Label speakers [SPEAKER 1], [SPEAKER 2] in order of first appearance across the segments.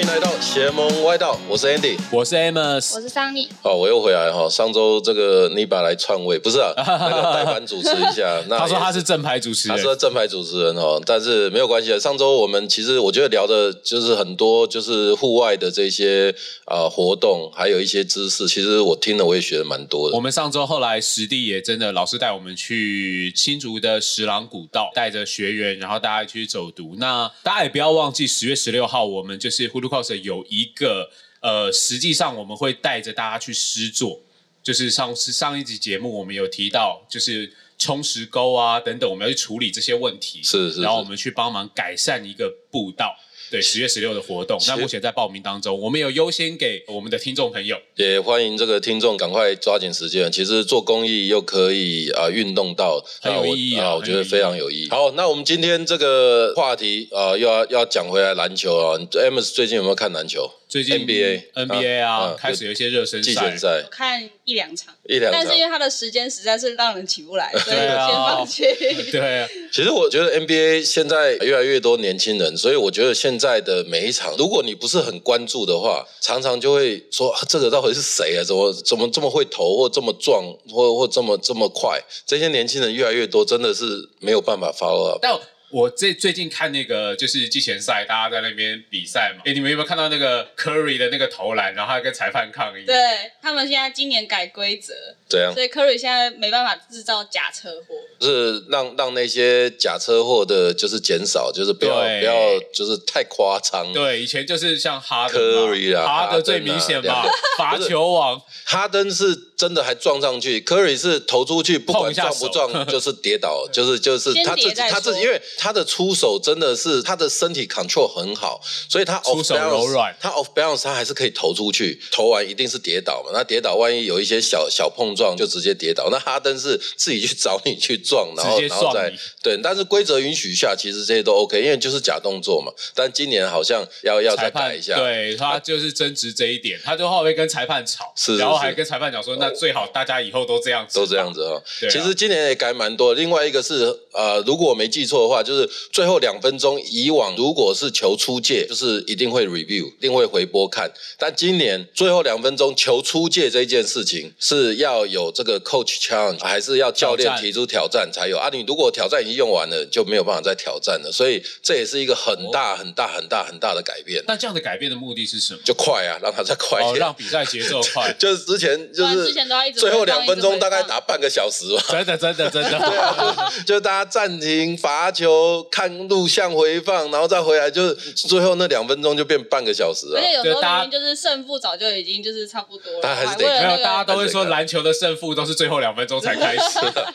[SPEAKER 1] 迎来到邪门歪道，我是 Andy。
[SPEAKER 2] 我是 Amos，
[SPEAKER 3] 我是 Sunny，
[SPEAKER 1] 好，我又回来哈。上周这个 Niba 来篡位，不是 啊，那个代班主持一下。那
[SPEAKER 2] 他说
[SPEAKER 1] 也
[SPEAKER 2] 他是正牌主持
[SPEAKER 1] 他
[SPEAKER 2] 人
[SPEAKER 1] 是，个正牌主持人哦，但是没有关系啊。上周我们其实我觉得聊的就是很多，就是户外的这些啊、呃活动，还有一些知识。其实我听了我也学的蛮多的
[SPEAKER 2] 我。们上周后来实地也真的老师带我们去新竹的石廊古道，带着学员，然后大家去走读。那大家也不要忘记，十月十六号我们就是 Hulu Cos 有一个呃，实际上我们会带着大家去诗作，就是上上一集节目我们有提到，就是冲石沟啊等等，我们要去处理这些问题。
[SPEAKER 1] 是是是
[SPEAKER 2] 然后我们去帮忙改善一个步道。对，十月十六的活动，那目前在报名当中，我们有优先给我们的听众朋友。
[SPEAKER 1] 也欢迎这个听众赶快抓紧时间。其实做公益又可以啊、运动到，
[SPEAKER 2] 很有
[SPEAKER 1] 我
[SPEAKER 2] 意义啊
[SPEAKER 1] 我
[SPEAKER 2] 很
[SPEAKER 1] 觉
[SPEAKER 2] 有
[SPEAKER 1] 得
[SPEAKER 2] 意义
[SPEAKER 1] 非常有意义。好，那我们今天这个话题啊、又要要讲回来篮球啊。Amos 最近有没有看篮球？
[SPEAKER 2] 最近
[SPEAKER 1] NBA
[SPEAKER 2] NBA 啊，
[SPEAKER 1] 嗯
[SPEAKER 2] 开始有一些热身
[SPEAKER 1] 季
[SPEAKER 2] 赛
[SPEAKER 1] 前，赛
[SPEAKER 3] 看一两场，
[SPEAKER 1] 一两
[SPEAKER 3] 但
[SPEAKER 1] 场
[SPEAKER 3] 是。因为他的时间实在是让人起 不来，所以我
[SPEAKER 2] 对啊
[SPEAKER 3] 先放弃。
[SPEAKER 2] 对，啊
[SPEAKER 1] 其实我觉得 NBA 现在越来越多年轻人，所以我觉得现在的每一场，如果你不是很关注的话，常常就会说、啊这个到底是谁啊？怎么怎么这么会投，或这么壮，或或这么这么快？这些年轻人越来越多，真的是没有办法 follow up。
[SPEAKER 2] 但我最最近看那个就是季前赛，大家在那边比赛嘛，哎，你们有没有看到那个 Curry 的那个投篮，然后他跟裁判抗议？
[SPEAKER 3] 对他们现在今年改规则，
[SPEAKER 1] 怎样？
[SPEAKER 3] 所以 Curry 现在没办法制造假车祸。
[SPEAKER 1] 啊就是让让那些假车祸的，就是减少，就是不要
[SPEAKER 2] 对
[SPEAKER 1] 不要，就是太夸张。
[SPEAKER 2] 对，以前就是像哈登嘛
[SPEAKER 1] Curry 啊
[SPEAKER 2] 哈
[SPEAKER 1] 哈登啊
[SPEAKER 2] 登最明显
[SPEAKER 1] 两
[SPEAKER 2] 嘛
[SPEAKER 1] 个，
[SPEAKER 2] 罚球王，
[SPEAKER 1] 哈登是真的还撞上去，科瑞是投出去，不
[SPEAKER 2] 碰
[SPEAKER 1] 管
[SPEAKER 2] 一下
[SPEAKER 1] 撞
[SPEAKER 2] 手
[SPEAKER 1] 不撞就是跌倒，就是就是
[SPEAKER 3] 先
[SPEAKER 1] 他自己
[SPEAKER 3] 跌再
[SPEAKER 1] 他自己，
[SPEAKER 3] 说
[SPEAKER 1] 因为他的出手真的是他的身体 control 很好，所以他 off
[SPEAKER 2] 出手
[SPEAKER 1] balance,
[SPEAKER 2] 柔软
[SPEAKER 1] 他 off balance 他还是可以投出去，投完一定是跌倒嘛。那跌倒万一有一些小小碰撞就直接跌倒，那哈登是自己去找你去撞，然后
[SPEAKER 2] 直接
[SPEAKER 1] 然
[SPEAKER 2] 撞
[SPEAKER 1] 后再
[SPEAKER 2] 你
[SPEAKER 1] 对，但是规则允许下，其实这些都 OK，因为就是假动作嘛。但今年好像要要再改
[SPEAKER 2] 裁判
[SPEAKER 1] 一下，
[SPEAKER 2] 对他就是争执这一点，他就后来跟裁判吵，
[SPEAKER 1] 是是
[SPEAKER 2] 然后
[SPEAKER 1] 是
[SPEAKER 2] 还跟裁判讲说，那最好大家以后都这样子，
[SPEAKER 1] 都这样子哈、哦
[SPEAKER 2] 对啊
[SPEAKER 1] 其实今年也改蛮多的。另外一个是呃，如果我没记错的话，就是最后两分钟，以往如果是球出界，就是一定会 review，一定会回播看。但今年最后两分钟球出界这件事情是要有这个 coach challenge，还是要教练
[SPEAKER 2] 挑战
[SPEAKER 1] 提出挑战才有啊？你如果挑战已经用完了，就没有办法再挑战了。所以这也是一个很
[SPEAKER 2] 哦
[SPEAKER 1] 大很大很大很大的改变，哦
[SPEAKER 2] 那这样的改变的目的是什么？
[SPEAKER 1] 就快啊，让他再快一
[SPEAKER 2] 哦，
[SPEAKER 1] 点。，
[SPEAKER 2] 让比赛节奏快
[SPEAKER 1] 就是之前就
[SPEAKER 3] 不然
[SPEAKER 1] 是
[SPEAKER 3] 之前都要一直
[SPEAKER 1] 最后
[SPEAKER 3] 回放
[SPEAKER 1] 两分
[SPEAKER 3] 一直
[SPEAKER 1] 钟
[SPEAKER 3] 回
[SPEAKER 1] 大概
[SPEAKER 3] 放
[SPEAKER 1] 打半个小时吧，
[SPEAKER 2] 真的真的真 的，
[SPEAKER 1] 对啊，就就大家暂停罚球、看录像回放，然后再回来，就是最后那两分钟就变半个小时
[SPEAKER 3] 而
[SPEAKER 1] 啊。
[SPEAKER 3] 且有时
[SPEAKER 2] 对
[SPEAKER 3] 候
[SPEAKER 2] 大
[SPEAKER 3] 明
[SPEAKER 2] 家
[SPEAKER 3] 明就是胜负早就已经就是差不多了，
[SPEAKER 1] 但还是得
[SPEAKER 3] 为了
[SPEAKER 2] 没
[SPEAKER 3] 那
[SPEAKER 2] 有，
[SPEAKER 3] 个
[SPEAKER 2] 大家都会说篮球的胜负都是最后两分钟才 开始。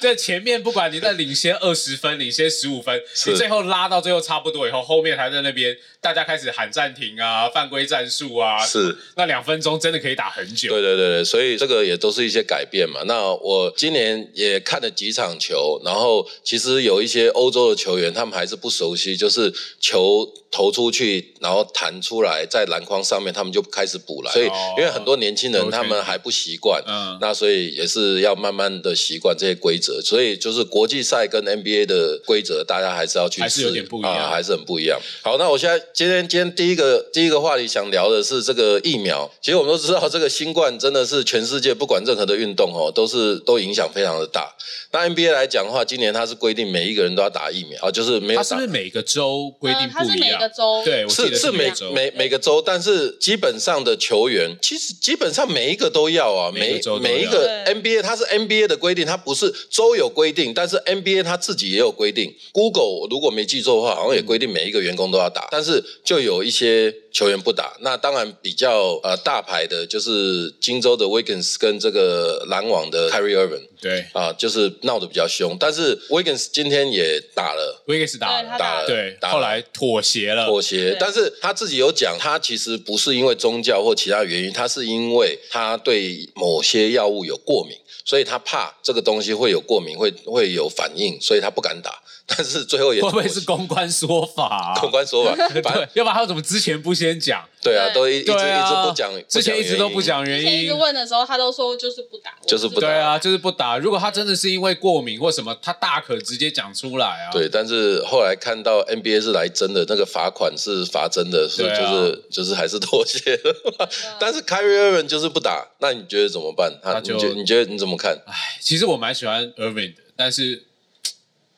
[SPEAKER 2] 这前面不管你在领先二十分、领先十五分，
[SPEAKER 1] 是
[SPEAKER 2] 你最后拉到最后差不多以后，后面还在那边大家开始喊暂停啊、犯规战术啊，
[SPEAKER 1] 是，
[SPEAKER 2] 那两分钟真的可以打很久。
[SPEAKER 1] 对对对对，所以这个也都是一些改变嘛。那我今年也看了几场球，然后其实有一些欧洲的球员，他们还是不熟悉，就是球投出去，然后弹出来在篮筐上面，他们就开始补篮。所以
[SPEAKER 2] 哦
[SPEAKER 1] 因为很多年轻人
[SPEAKER 2] 都
[SPEAKER 1] 他们
[SPEAKER 2] 确实
[SPEAKER 1] 还不习惯，
[SPEAKER 2] 嗯，
[SPEAKER 1] 那所以也是要慢慢的习惯这些规则，所以就是国际赛跟 NBA 的规则，大家还是要去
[SPEAKER 2] 还是有
[SPEAKER 1] 适
[SPEAKER 2] 点不一样
[SPEAKER 1] 啊，还是很不一样。好，那我现在今天今天第一个第一个话题想聊的是这个疫苗。其实我们都知道，这个新冠真的是全世界不管任何的运动哦，都是都影响非常的大。那 NBA 来讲的话，今年它是规定每一个人都要打疫苗啊，就是没有
[SPEAKER 2] 他
[SPEAKER 1] 打。
[SPEAKER 2] 是不是每个州规定
[SPEAKER 3] 呃它
[SPEAKER 2] 不
[SPEAKER 3] 是
[SPEAKER 2] 一
[SPEAKER 3] 每
[SPEAKER 2] 样
[SPEAKER 3] 个？州
[SPEAKER 2] 对，我记
[SPEAKER 1] 是
[SPEAKER 2] 得
[SPEAKER 1] 是每
[SPEAKER 2] 每州。
[SPEAKER 1] 每每个州，但是基本上的球员，其实基本上每一个都要啊，
[SPEAKER 2] 每
[SPEAKER 1] 每
[SPEAKER 2] 个州都
[SPEAKER 1] 每一
[SPEAKER 2] 要
[SPEAKER 1] 个
[SPEAKER 3] 对
[SPEAKER 1] NBA 它是 NBA 的规定，它不是州有规定，但是 NBA 它自己也有规定。Google 如果没记错的话，好像也规定每一个员工都要打，但是就有一些球员不打。那当然比较呃大牌的就是金州的 Wiggins 跟这个篮网的 Kyrie Irving
[SPEAKER 2] 对
[SPEAKER 1] 啊，就是闹得比较凶。但是 Wiggins 今天也打了。
[SPEAKER 2] 威克斯打
[SPEAKER 3] 对他
[SPEAKER 2] 了，
[SPEAKER 1] 打了，
[SPEAKER 2] 对，
[SPEAKER 1] 打了
[SPEAKER 2] 后来妥协了。
[SPEAKER 1] 妥协
[SPEAKER 3] 对，
[SPEAKER 1] 但是他自己有讲，他其实不是因为宗教或其他原因，他是因为他对某些药物有过敏，所以他怕这个东西会有过敏，会会有反应，所以他不敢打。但是最后也
[SPEAKER 2] 会不会
[SPEAKER 1] 妥协
[SPEAKER 2] 是公关说法啊？
[SPEAKER 1] 公关说法？反正
[SPEAKER 2] 对，要不然他怎么之前不先先讲，
[SPEAKER 1] 对啊，
[SPEAKER 3] 对
[SPEAKER 1] 都一一直、
[SPEAKER 2] 对啊，
[SPEAKER 1] 一直不讲，
[SPEAKER 2] 之前一直都不
[SPEAKER 1] 讲
[SPEAKER 2] 讲
[SPEAKER 3] 之
[SPEAKER 2] 原
[SPEAKER 3] 前一
[SPEAKER 2] 因
[SPEAKER 3] 直。问的时候，他都说就是不打，我
[SPEAKER 1] 就是不打
[SPEAKER 2] 对啊，就是不打。如果他真的是因为过敏或什么，他大可直接讲出来
[SPEAKER 1] 原因。
[SPEAKER 2] 啊。
[SPEAKER 1] 对，但是后来看到 NBA 是来真的，那个罚款是罚真的，是、
[SPEAKER 2] 对啊
[SPEAKER 1] 就是就是还是妥协 了。
[SPEAKER 3] 嗯
[SPEAKER 1] 但是 Kyrie Irving 就是不打，那你觉得怎么办？他
[SPEAKER 2] 他
[SPEAKER 1] 你
[SPEAKER 2] 就
[SPEAKER 1] 觉你觉得你怎么看？
[SPEAKER 2] 唉，其实我蛮喜欢 Irving 的，但是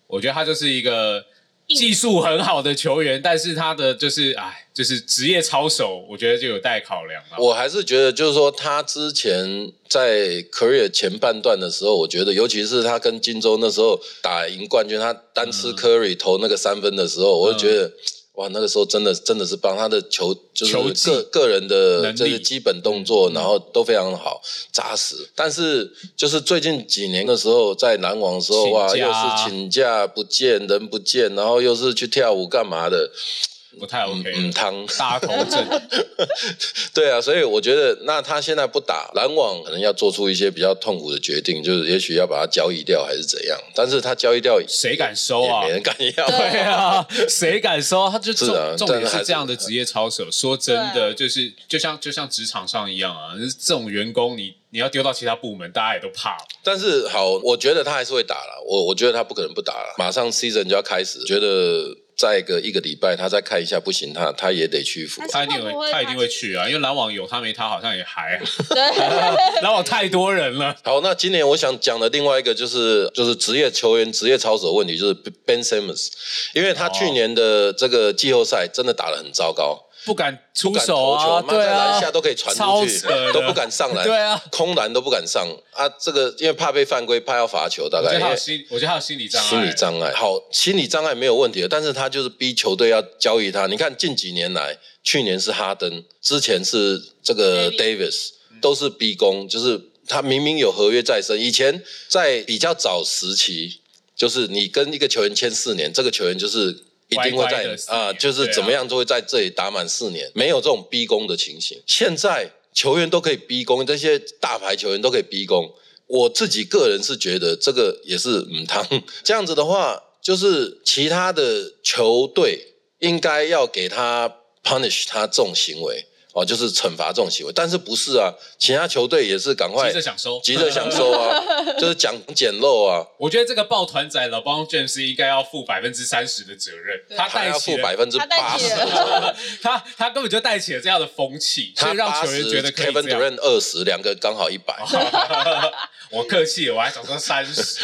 [SPEAKER 2] 我觉得他就是一个技术很好的球员，但是他的就是唉，就是职业操守，我觉得就有待考量啊了。
[SPEAKER 1] 我还是觉得，就是说他之前在 career 前半段的时候，我觉得，尤其是他跟金州那时候打赢冠军，他单
[SPEAKER 2] 嗯
[SPEAKER 1] 吃 Curry 投那个三分的时候，我就觉得。哇，那个时候真的真的是帮他的球就是
[SPEAKER 2] 球技
[SPEAKER 1] 个个人的
[SPEAKER 2] 能力嗯
[SPEAKER 1] 这个基本动作，然后都非常好扎实。但是就是最近几年的时候，在篮网的时候，哇，
[SPEAKER 2] 请假
[SPEAKER 1] 又
[SPEAKER 2] 啊
[SPEAKER 1] 是请假不见人不见，然后又是去跳舞干嘛的，
[SPEAKER 2] 不太 OK，、啊
[SPEAKER 1] 嗯，汤。
[SPEAKER 2] 大头症。
[SPEAKER 1] 对啊，所以我觉得，那他现在不打篮网，可能要做出一些比较痛苦的决定，就是也许要把他交易掉，还是怎样。但是他交易掉也
[SPEAKER 2] 谁敢收啊
[SPEAKER 1] 没？人敢要。
[SPEAKER 2] 对啊，谁敢收？他就是重、
[SPEAKER 1] 啊
[SPEAKER 2] 重
[SPEAKER 1] 但
[SPEAKER 2] 点
[SPEAKER 1] 是还
[SPEAKER 2] 是
[SPEAKER 1] 是
[SPEAKER 2] 这样的职业操守。说真的，
[SPEAKER 3] 对
[SPEAKER 2] 就是就像就像职场上一样啊，就是这种员工你你要丢到其他部门，大家也都怕。
[SPEAKER 1] 但是好，我觉得他还是会打了。我我觉得他不可能不打了，马上 season 就要开始，觉得再个一个礼拜，他再看一下不行，他他也得屈服。
[SPEAKER 2] 他一定
[SPEAKER 3] 会不
[SPEAKER 2] 会
[SPEAKER 3] 会
[SPEAKER 2] 他一定会
[SPEAKER 3] 他
[SPEAKER 2] 去啊，因为篮网有他没他好像也还好，
[SPEAKER 3] 对，
[SPEAKER 2] 篮网太多人了。
[SPEAKER 1] 好，那今年我想讲的另外一个就是就是职业球员职业操守问题，就是 Ben Simmons，因为他
[SPEAKER 2] 哦
[SPEAKER 1] 去年的这个季后赛真的打得很糟糕。
[SPEAKER 2] 不敢出
[SPEAKER 1] 不敢
[SPEAKER 2] 手
[SPEAKER 1] 投
[SPEAKER 2] 啊，
[SPEAKER 1] 球，妈
[SPEAKER 2] 对
[SPEAKER 1] 在篮
[SPEAKER 2] 啊，
[SPEAKER 1] 下都可以传
[SPEAKER 2] 超
[SPEAKER 1] 出去
[SPEAKER 2] 扯的，
[SPEAKER 1] 都不敢上篮，
[SPEAKER 2] 对啊，
[SPEAKER 1] 空篮都不敢上啊。这个因为怕被犯规，怕要罚球，大
[SPEAKER 2] 我觉
[SPEAKER 1] 概
[SPEAKER 2] 得他
[SPEAKER 1] 因
[SPEAKER 2] 有
[SPEAKER 1] 为
[SPEAKER 2] 心，我觉得他有心理障碍，
[SPEAKER 1] 心理障碍。好，心理障碍没有问题的，但是他就是逼球队要交易他。你看近几年来，去年是哈登，之前是这个 Davis，都
[SPEAKER 2] 嗯
[SPEAKER 1] 是逼宫，就是他明明有合约在身。以前在比较早时期，就是你跟一个球员签四年，这个球员就是。一定会
[SPEAKER 2] 乖乖
[SPEAKER 1] 在
[SPEAKER 2] 地四年
[SPEAKER 1] 啊、就是
[SPEAKER 2] 对啊
[SPEAKER 1] 怎么样都会在这里打满四年，没有这种逼宫的情形。现在球员都可以逼宫，这些大牌球员都可以逼宫。我自己个人是觉得这个也是嗯汤。 这样子的话，就是其他的球队应该要给他 punish 他这种行为哦，就是惩罚这种行为，但是不是啊？其他球队也是赶快
[SPEAKER 2] 急着想收，
[SPEAKER 1] 急着想。收 啊，就是讲捡漏啊，
[SPEAKER 2] 我觉得这个抱团仔老帮 James 应该要负百分之三十的责任，
[SPEAKER 3] 对
[SPEAKER 2] 他
[SPEAKER 1] 还
[SPEAKER 2] 带
[SPEAKER 1] 要
[SPEAKER 2] 起
[SPEAKER 1] 负
[SPEAKER 2] 了
[SPEAKER 1] 百分之
[SPEAKER 3] 他带
[SPEAKER 1] 八
[SPEAKER 3] 起
[SPEAKER 1] 十。
[SPEAKER 3] 了，
[SPEAKER 2] 他他根本就带起了这样的风气，所
[SPEAKER 1] 他
[SPEAKER 2] 以让
[SPEAKER 1] 八
[SPEAKER 2] 球员
[SPEAKER 1] 十
[SPEAKER 2] 觉得可以
[SPEAKER 1] ，Kevin
[SPEAKER 2] 这样。
[SPEAKER 1] Durant 二十，两个刚好一百。
[SPEAKER 2] 我客气了，我还想说三十。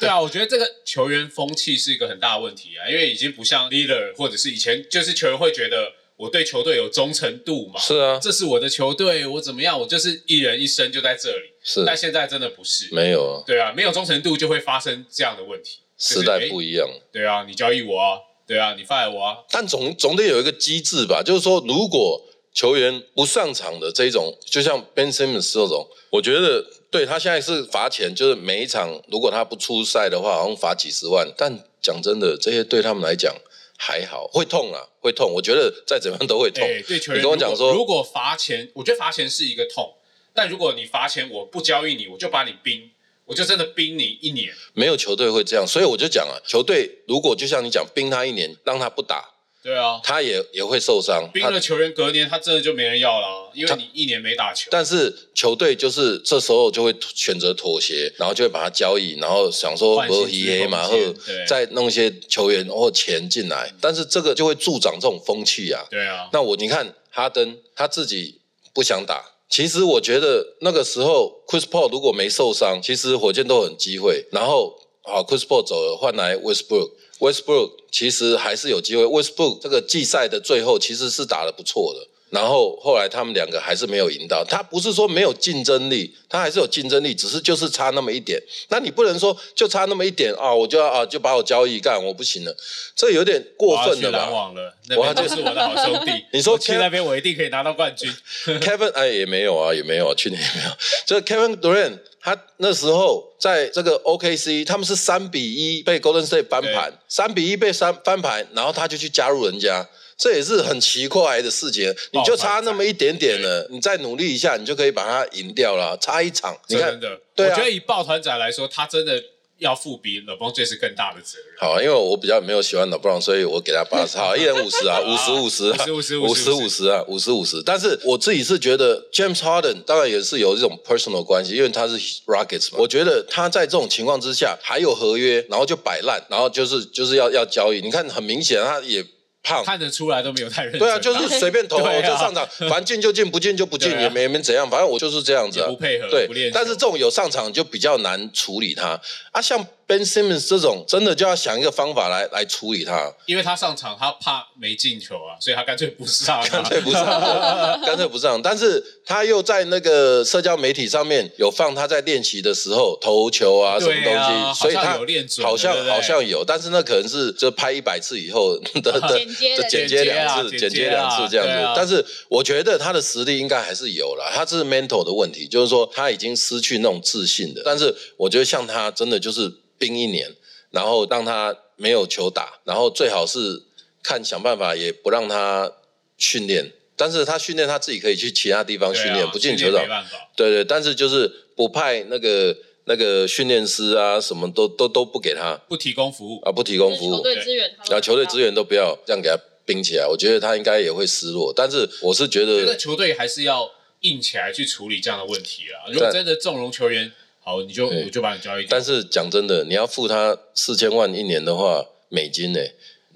[SPEAKER 2] 对啊，我觉得这个球员风气是一个很大的问题啊，因为已经不像 leader 或者是以前，就是球员会觉得我对球队有忠诚度嘛，
[SPEAKER 1] 是啊，
[SPEAKER 2] 这是我的球队，我怎么样，我就是一人一生就在这里。
[SPEAKER 1] 是
[SPEAKER 2] 但现在真的不是，
[SPEAKER 1] 没有啊，
[SPEAKER 2] 对啊，没有忠诚度就会发生这样的问题。就是
[SPEAKER 1] 时代
[SPEAKER 2] 诶
[SPEAKER 1] 不一样。
[SPEAKER 2] 对啊，你交易我啊，对啊，你 fire 我啊，
[SPEAKER 1] 但总总得有一个机制吧，就是说，如果球员不上场的这种，就像 Ben Simmons 这种，我觉得对他现在是罚钱，就是每一场如果他不出赛的话，好像罚几十万。但讲真的，这些对他们来讲还好，会痛啊，会痛。我觉得再怎么样都会痛。
[SPEAKER 2] 哎、对球
[SPEAKER 1] 你跟我
[SPEAKER 2] 员如果
[SPEAKER 1] 讲说
[SPEAKER 2] 如果罚钱，我觉得罚钱是一个痛，但如果你罚钱我不交易你，我就把你冰，我就真的冰你一年。
[SPEAKER 1] 没有球队会这样，所以我就讲啊，球队如果就像你讲，冰他一年，让他不打，
[SPEAKER 2] 对啊，
[SPEAKER 1] 他也也会受伤。
[SPEAKER 2] 冰
[SPEAKER 1] 他
[SPEAKER 2] 了球员隔年他真的就没人要了啊，因为你一年没打球。
[SPEAKER 1] 但是球队就是这时候就会选择妥协，然后就会把它交易，然后想说
[SPEAKER 2] 换薪
[SPEAKER 1] 和
[SPEAKER 2] 资
[SPEAKER 1] 黑黑马
[SPEAKER 2] 空
[SPEAKER 1] 或
[SPEAKER 2] 间对
[SPEAKER 1] 再弄一些球员或钱进来，但是这个就会助长这种风气啊。
[SPEAKER 2] 对啊，
[SPEAKER 1] 那我你看哈登他自己不想打，其实我觉得那个时候 Chris Paul 如果没受伤，其实火箭都有很机会。然后好 Chris Paul 走了，换来 Westbrook。Westbrook 其实还是有机会。Westbrook 这个季赛的最后其实是打得不错的，然后后来他们两个还是没有赢到。他不是说没有竞争力，他还是有竞争力，只是就是差那么一点。那你不能说就差那么一点啊，我就要啊就把我交易干，我不行了，这有点过
[SPEAKER 2] 我要
[SPEAKER 1] 分
[SPEAKER 2] 去
[SPEAKER 1] 了吧
[SPEAKER 2] 篮？网了，那
[SPEAKER 1] 我要。
[SPEAKER 2] 边就是我的好兄弟
[SPEAKER 1] 你说啊
[SPEAKER 2] 我去那边我一定可以拿到冠军。
[SPEAKER 1] Kevin 哎也没有啊，也没有、啊，去年也没有。 就是 Kevin Durant，他那时候在这个 OKC，他们是三比一被 Golden State 翻盘，三比一被三翻盘，然后他就去加入人家，这也是很奇怪的事情。你就差那么一点点了，你再努力 啊一下，你就可以把它赢掉了，差一场。你看
[SPEAKER 2] 真，的，
[SPEAKER 1] 对啊
[SPEAKER 2] 我觉得以抱团仔来说，他真的要负比 LeBron James 更大的责任。
[SPEAKER 1] 好，因为我比较没有喜欢老布朗，所以我给他八十， 好，一人五十啊，五十五十啊，
[SPEAKER 2] 50
[SPEAKER 1] 五十五十啊，五十五十。但是我自己是觉得 James Harden 当然也是有这种 personal 关系，因为他是 Rockets 嘛，我觉得他在这种情况之下还有合约，然后就摆烂，然后就是就是要要交易。你看，很明显他也胖。
[SPEAKER 2] 看得出来都没有太认 真，
[SPEAKER 1] 对啊，就是随便投，
[SPEAKER 2] 对啊
[SPEAKER 1] 我就上场，反正进就进，不进就不进，
[SPEAKER 2] 对啊
[SPEAKER 1] 也没也没怎样，反正我就是这样子、啊，
[SPEAKER 2] 也不配合
[SPEAKER 1] 对
[SPEAKER 2] 不练，球
[SPEAKER 1] 但是这种有上场就比较难处理他啊，像 Ben Simmons 这种，真的就要想一个方法来来处理他，
[SPEAKER 2] 因为他上场他怕没进球啊，所以他干脆不上 啊，
[SPEAKER 1] 干脆不上， 干脆不上。但是他又在那个社交媒体上面有放他在练习的时候投球啊，什么
[SPEAKER 2] 对
[SPEAKER 1] 东西，
[SPEAKER 2] 啊
[SPEAKER 1] 所以
[SPEAKER 2] 好
[SPEAKER 1] 他
[SPEAKER 2] 像有练准的
[SPEAKER 1] 好像
[SPEAKER 2] 对不对
[SPEAKER 1] 好像有，但是那可能是就拍一百次以后 的的
[SPEAKER 3] 剪接的
[SPEAKER 1] 就剪
[SPEAKER 3] 剪
[SPEAKER 1] 接
[SPEAKER 2] 接啊
[SPEAKER 1] 两次，
[SPEAKER 2] 剪
[SPEAKER 1] 剪接
[SPEAKER 2] 接
[SPEAKER 1] 两
[SPEAKER 2] 啊
[SPEAKER 1] 次这样
[SPEAKER 2] 对
[SPEAKER 1] 子
[SPEAKER 2] 啊。
[SPEAKER 1] 但是我觉得他的实力应该还是有了，他这是 mental 的问题，就是说他已经失去那种自信的。但是我觉得像他真的就是冰一年，然后让他没有球打，然后最好是看想办法也不让他训练，但是他训练他自己可以去其他地方
[SPEAKER 2] 对啊
[SPEAKER 1] 训练，不进
[SPEAKER 2] 训
[SPEAKER 1] 球
[SPEAKER 2] 练
[SPEAKER 1] 场
[SPEAKER 2] 没，办法。
[SPEAKER 1] 对对，但是就是不派那个那个训练师啊，什么都都都不给他
[SPEAKER 2] 不提供服务，
[SPEAKER 1] 啊，不提
[SPEAKER 3] 就
[SPEAKER 1] 供
[SPEAKER 3] 是
[SPEAKER 1] 服务
[SPEAKER 3] 球，队资源，他们
[SPEAKER 1] 然后球队资源都不要这样给他冰起来，我觉得他应该也会失落，但是我是觉
[SPEAKER 2] 这个
[SPEAKER 1] 得。
[SPEAKER 2] 球队还是要硬起来去处理这样的问题啦。如
[SPEAKER 1] 但
[SPEAKER 2] 果真的纵容球员，好，你就
[SPEAKER 1] 对
[SPEAKER 2] 我就把你交易掉。
[SPEAKER 1] 但是讲真的，你要付他四千万一年的话，美金呢、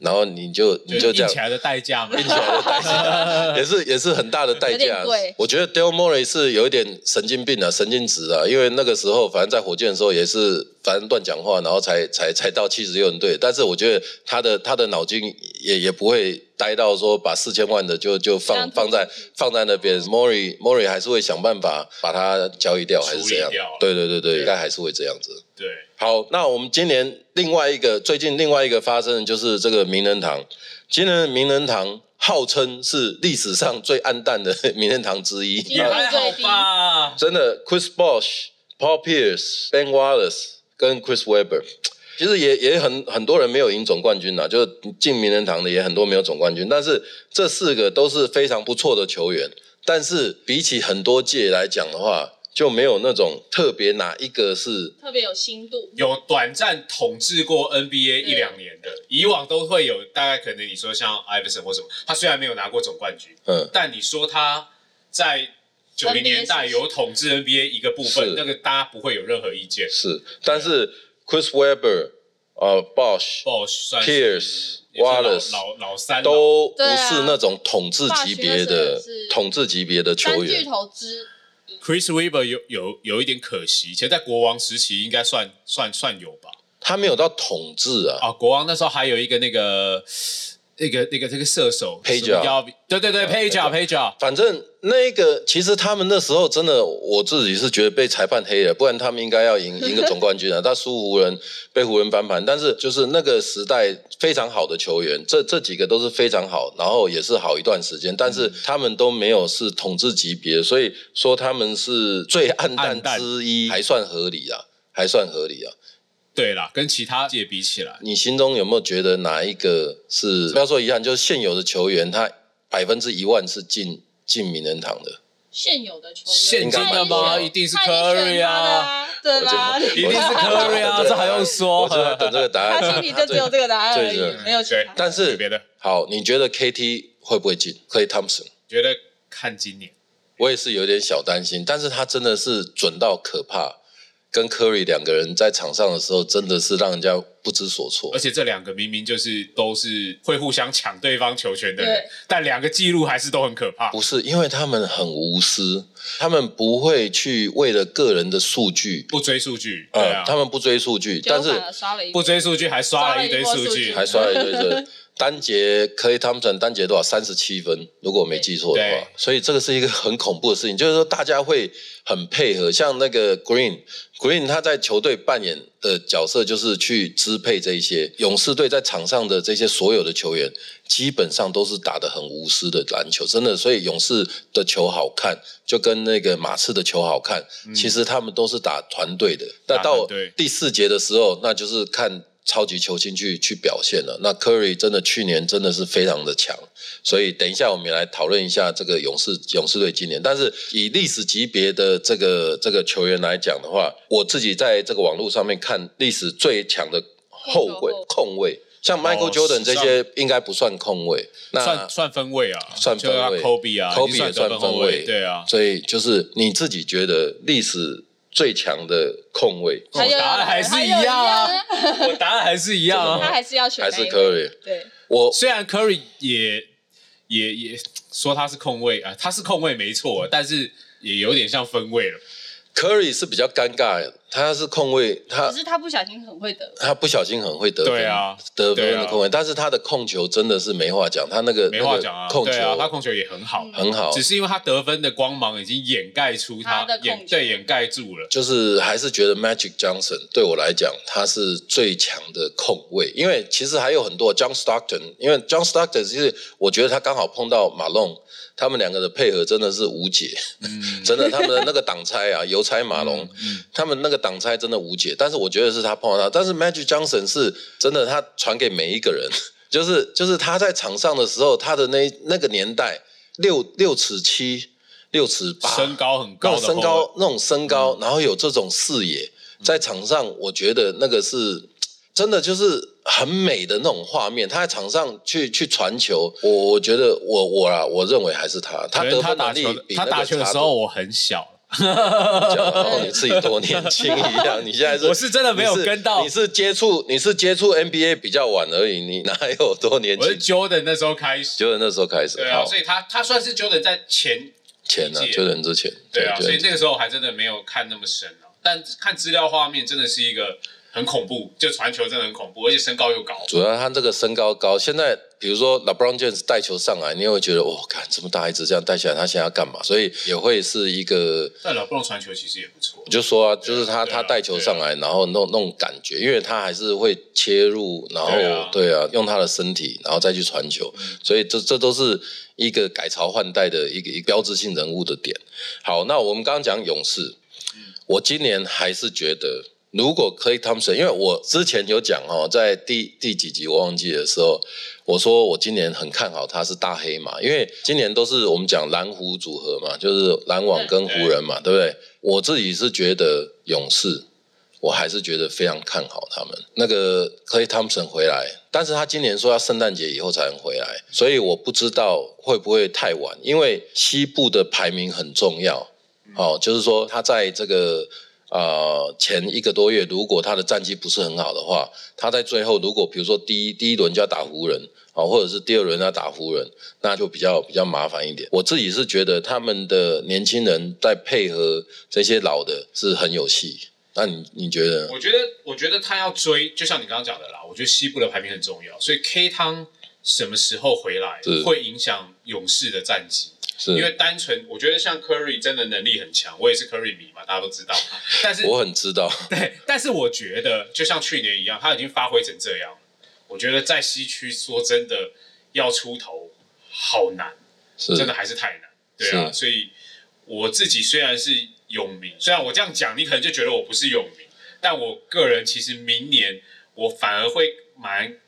[SPEAKER 1] 然后你就你就
[SPEAKER 2] 就
[SPEAKER 1] 这
[SPEAKER 2] 硬
[SPEAKER 1] 样
[SPEAKER 2] 起来的代价嘛，
[SPEAKER 1] 起来的 代 价，也是也是很大的代
[SPEAKER 3] 有
[SPEAKER 1] 价
[SPEAKER 3] 点贵。
[SPEAKER 1] 我觉得 Dale Murray 是有一点神经病啊，神经质啊，因为那个时候反正在火箭的时候也是反正乱讲话，然后才才才到七十六人队。但是我觉得他的他的脑筋也也不会呆到说把四千万的就就
[SPEAKER 3] 这
[SPEAKER 1] 放
[SPEAKER 3] 样子
[SPEAKER 1] 放在放在那
[SPEAKER 3] 哦
[SPEAKER 1] 边。Murray Murray 还是会想办法把它交易掉，还是
[SPEAKER 2] 处
[SPEAKER 1] 这
[SPEAKER 2] 理
[SPEAKER 1] 样
[SPEAKER 2] 掉。
[SPEAKER 1] 对对对对，
[SPEAKER 2] 对
[SPEAKER 1] 应该还是会这样子。
[SPEAKER 2] 对，
[SPEAKER 1] 好，那我们今年另外一个最近另外一个发生的就是这个名人堂，今年的名人堂号称是历史上最暗淡的名人堂之一，
[SPEAKER 3] 也
[SPEAKER 2] 也
[SPEAKER 3] 还
[SPEAKER 2] 还
[SPEAKER 3] 好
[SPEAKER 2] 好吧。
[SPEAKER 1] 真的，Chris Bosh、Paul Pierce、Ben Wallace 跟 Chris Webber，其实也也很很多人没有赢总冠军呐、啊就是进名人堂的也很多没有总冠军，但是这四个都是非常不错的球员，但是比起很多届来讲的话，就没有那种特别哪一个是
[SPEAKER 3] 特别有心度，
[SPEAKER 2] 有短暂统治过 NBA
[SPEAKER 3] 对
[SPEAKER 2] 一两年的，以往都会有大概可能你说像 Iverson 或什么，他虽然没有拿过总冠军，
[SPEAKER 1] 嗯。
[SPEAKER 2] 但你说他在九零年代
[SPEAKER 3] NBA 是
[SPEAKER 2] 有统治 NBA 一个部
[SPEAKER 1] 是
[SPEAKER 2] 分，那个大家不会有任何意见。
[SPEAKER 1] 是，但是 Chris Webber、呃 Bosch
[SPEAKER 2] Bosh 哦算
[SPEAKER 1] Pierce
[SPEAKER 2] 是也是老
[SPEAKER 1] Wallace
[SPEAKER 2] 老老三老
[SPEAKER 1] 都不
[SPEAKER 3] 对啊
[SPEAKER 1] 是那种统治级别的
[SPEAKER 3] 大学那时候也是
[SPEAKER 1] 统治级别的
[SPEAKER 3] 三
[SPEAKER 1] 球
[SPEAKER 3] 巨
[SPEAKER 1] 员。
[SPEAKER 3] 头之
[SPEAKER 2] Chris Webber 有有有一点可惜，其实在国王时期应该算算算有吧。
[SPEAKER 1] 他没有到统治啊，
[SPEAKER 2] 啊，国王那时候还有一个那个那个那个这个射手
[SPEAKER 1] Pager
[SPEAKER 2] 什么要对对对 p a g e r p a g e r
[SPEAKER 1] 反正那个其实他们那时候真的，我自己是觉得被裁判黑了，不然他们应该要赢赢个总冠军啊。他输湖人，被湖人翻盘，但是就是那个时代非常好的球员，这这几个都是非常好，然后也是好一段时间，但是他们都没有是统治级别，所以说他们是最暗淡
[SPEAKER 2] 暗淡
[SPEAKER 1] 之一，还算合理啊，还算合理啊。
[SPEAKER 2] 对啦，跟其他届比起来，
[SPEAKER 1] 你心中有没有觉得哪一个是不要说遗憾，就是现有的球员他百分之一万是进进名人堂的？
[SPEAKER 3] 现有的球员，
[SPEAKER 2] 现
[SPEAKER 1] 今的吗
[SPEAKER 3] 他
[SPEAKER 2] 一定是
[SPEAKER 3] 他选
[SPEAKER 2] Curry 啊
[SPEAKER 3] 他的啊，对吧？
[SPEAKER 1] 我
[SPEAKER 2] 一定是
[SPEAKER 1] 我
[SPEAKER 2] Curry 啊
[SPEAKER 1] 我
[SPEAKER 2] 这还用说
[SPEAKER 1] 我只在等这个答案。
[SPEAKER 3] 他心里就只有这个答案而已
[SPEAKER 1] 对对，
[SPEAKER 3] 没有其他。
[SPEAKER 1] 但是
[SPEAKER 2] 没别的，
[SPEAKER 1] 好，你觉得 KT 会不会进？Clay Thompson，
[SPEAKER 2] 觉得看今年
[SPEAKER 1] 我也是有点小担心，但是他真的是准到可怕，跟 Curry 两个人在场上的时候，真的是让人家不知所措
[SPEAKER 2] 而。且这两个明明就是都是会互相抢对方球权的人
[SPEAKER 3] 对，
[SPEAKER 2] 但两个记录还是都很可怕。
[SPEAKER 1] 不是因为他们很无私，他们不会去为了个人的数据，
[SPEAKER 2] 不追数据，对
[SPEAKER 1] 呃
[SPEAKER 2] 啊，，
[SPEAKER 1] 他们不追数据，
[SPEAKER 3] 结
[SPEAKER 1] 但
[SPEAKER 3] 果
[SPEAKER 1] 是
[SPEAKER 3] 反而刷了一
[SPEAKER 2] 不追数据还刷了一堆数
[SPEAKER 3] 刷了一波数据
[SPEAKER 1] 还刷了一堆分。单节 Clay Thompson 单节多少？三十七分，如果我没记错的话
[SPEAKER 2] 对。
[SPEAKER 1] 所以这个是一个很恐怖的事情，就是说大家会很配合。像那个 Green Green 他在球队扮演的角色就是去支配这一些勇士队在场上的这些所有的球员，基本上都是打得很无私的篮球，真的。所以勇士的球好看，就跟那个马刺的球好嗯看，其实他们都是打团队的。那
[SPEAKER 2] 打
[SPEAKER 1] 到
[SPEAKER 2] 团队
[SPEAKER 1] 第四节的时候，那就是看超级球星去去表现了。那 Curry 真的去年真的是非常的强，所以等一下我们也来讨论一下这个勇士勇士队今年。但是以历史级别的这个这个球员来讲的话，我自己在这个网络上面看历史最强的后卫
[SPEAKER 3] 控球后
[SPEAKER 1] 控卫，像 Michael
[SPEAKER 2] 哦
[SPEAKER 1] Jordan
[SPEAKER 2] 史
[SPEAKER 1] 这
[SPEAKER 2] 上
[SPEAKER 1] 些应该不算控卫，那
[SPEAKER 2] 算算分位啊，
[SPEAKER 1] 算
[SPEAKER 2] 就
[SPEAKER 1] 分
[SPEAKER 2] 要
[SPEAKER 1] 位
[SPEAKER 2] Kobe 啊
[SPEAKER 1] ，Kobe
[SPEAKER 2] 已经
[SPEAKER 1] 也
[SPEAKER 2] 得
[SPEAKER 1] 算
[SPEAKER 2] 分后
[SPEAKER 1] 分
[SPEAKER 2] 卫，
[SPEAKER 1] 位，
[SPEAKER 2] 对啊。
[SPEAKER 1] 所以就是你自己觉得历史最强的控卫
[SPEAKER 2] 我
[SPEAKER 3] 还有
[SPEAKER 2] 哦答案还是一样啊，我答案还是一 样
[SPEAKER 1] 真的
[SPEAKER 3] 他
[SPEAKER 1] 吗
[SPEAKER 2] 啊。
[SPEAKER 3] 还是要选
[SPEAKER 1] 还是
[SPEAKER 3] 那一位
[SPEAKER 1] Curry，
[SPEAKER 3] 对，
[SPEAKER 1] 我
[SPEAKER 2] 虽然 Curry 也也也说他是控卫啊，他是控卫没错，啊但是也有点像分位了。
[SPEAKER 1] Curry 是比较尴尬的，他是控卫，他
[SPEAKER 3] 可是他不小心很会得
[SPEAKER 1] 他不小心很会得分，
[SPEAKER 2] 对啊
[SPEAKER 1] 得分
[SPEAKER 2] 对啊
[SPEAKER 1] 的控卫，但是他的控球真的是没话讲，他那个
[SPEAKER 2] 没话讲
[SPEAKER 1] 那
[SPEAKER 2] 啊，
[SPEAKER 1] 个控
[SPEAKER 2] 对
[SPEAKER 1] 球、
[SPEAKER 2] 啊，他控球也很
[SPEAKER 3] 嗯
[SPEAKER 2] 好，
[SPEAKER 1] 很好
[SPEAKER 2] 只，是因为他得分的光芒已经掩盖出
[SPEAKER 3] 他的控
[SPEAKER 2] 掩
[SPEAKER 3] 球
[SPEAKER 2] 对掩盖住了。
[SPEAKER 1] 就是还是觉得 Magic Johnson 对我来讲，他是最强的控卫，因为其实还有很多 John Stockton，因为 John Stockton 是我觉得他刚好碰到马龙，他们两个的配合真的是无解，
[SPEAKER 2] 嗯
[SPEAKER 1] 真的他们的那个挡拆啊， 邮差马龙，他们那个挡拆真的无解，但是我觉得是他碰到他，但是 Magic Johnson 是真的，他传给每一个人， 就是就是他在场上的时候，他的那那个年代六六尺七。六尺八，
[SPEAKER 2] 身高很
[SPEAKER 1] 那
[SPEAKER 2] 高
[SPEAKER 1] 种
[SPEAKER 2] 的
[SPEAKER 1] 身
[SPEAKER 2] 后卫嗯
[SPEAKER 1] 高，那种身高，然后有这种视野，在场上，我觉得那个是真的就是很美的那种画面。他在场上去去传球，我我觉得我我啦，我认为还是他，
[SPEAKER 2] 可能
[SPEAKER 1] 得
[SPEAKER 2] 他
[SPEAKER 1] 分
[SPEAKER 2] 打
[SPEAKER 1] 能力
[SPEAKER 2] 球的，
[SPEAKER 1] 比
[SPEAKER 2] 他
[SPEAKER 1] 那个
[SPEAKER 2] 打球的
[SPEAKER 1] 差
[SPEAKER 2] 时候我很小，
[SPEAKER 1] 多讲然 后你自己多年轻一样，你现在是
[SPEAKER 2] 我是真的没有
[SPEAKER 1] 你是
[SPEAKER 2] 跟到
[SPEAKER 1] 你是接触你是接触 NBA 比较晚而已，你哪有多年
[SPEAKER 2] 我是
[SPEAKER 1] 轻？
[SPEAKER 2] Jordan 那时候开始，
[SPEAKER 1] 就是那时候开始，
[SPEAKER 2] 对啊，
[SPEAKER 1] 好
[SPEAKER 2] 所以他他算是 Jordan 在前
[SPEAKER 1] 前呢
[SPEAKER 2] 理，解
[SPEAKER 1] 就人之前，
[SPEAKER 2] 对啊，
[SPEAKER 1] 就
[SPEAKER 2] 所以
[SPEAKER 1] 人之
[SPEAKER 2] 那个时候还真的没有看那么深啊，但看资料画面真的是一个很恐怖，就传球真的很恐怖，而且身高又高。
[SPEAKER 1] 主要他这个身高高，现在比如说 LeBron James 带球上来，你也会觉得哇，看这么大一只这样带起来，他现在要干嘛？所以也会是一个，
[SPEAKER 2] 但老布朗传球其实也不错
[SPEAKER 1] 我，就说啊，就是他、
[SPEAKER 2] 对啊
[SPEAKER 1] 他带球上来，然后弄弄感觉，因为他还是会切入，然后
[SPEAKER 2] 对啊嗯
[SPEAKER 1] 对啊，用他的身体，然后再去传球，所以这这都是一个改朝换代的一个一个标志性人物的点。好，那我们刚刚讲勇士，
[SPEAKER 2] 嗯
[SPEAKER 1] 我今年还是觉得，如果 Clay Thompson，因为我之前有讲哦，在第第几集我忘记的时候，我说我今年很看好他是大黑马，因为今年都是我们讲蓝湖组合嘛，就是篮网跟湖人嘛，对不对？我自己是觉得勇士。我还是觉得非常看好他们。那个 Clay Thompson 回来，但是他今年说要圣诞节以后才能回来，所以我不知道会不会太晚，因为西部的排名很重要。哦，就是说他在这个呃前一个多月，如果他的战绩不是很好的话，他在最后如果比如说第一第一轮就要打湖人，哦，或者是第二轮要打湖人，那就比较比较麻烦一点。我自己是觉得他们的年轻人在配合这些老的是很有戏。那你你觉得呢？
[SPEAKER 2] 我觉得，我觉得他要追，就像你刚刚讲的啦，我觉得西部的排名很重要，所以 K 汤什么时候回来
[SPEAKER 1] 是
[SPEAKER 2] 会影响勇士的战绩。因
[SPEAKER 1] 是
[SPEAKER 2] 为单纯，我觉得像 Curry 真的能力很强，我也是 Curry 迷嘛，大家都知 道。但是
[SPEAKER 1] 我很知道，
[SPEAKER 2] 对，但是我觉得就像去年一样，他已经发挥成这样了。我觉得在西区，说真的，要出头好难，
[SPEAKER 1] 是
[SPEAKER 2] 真的还是太难。对啊，所以我自己虽然是勇民，虽然我这样讲，你可能就觉得我不是勇民，但我个人其实明年我反而会蛮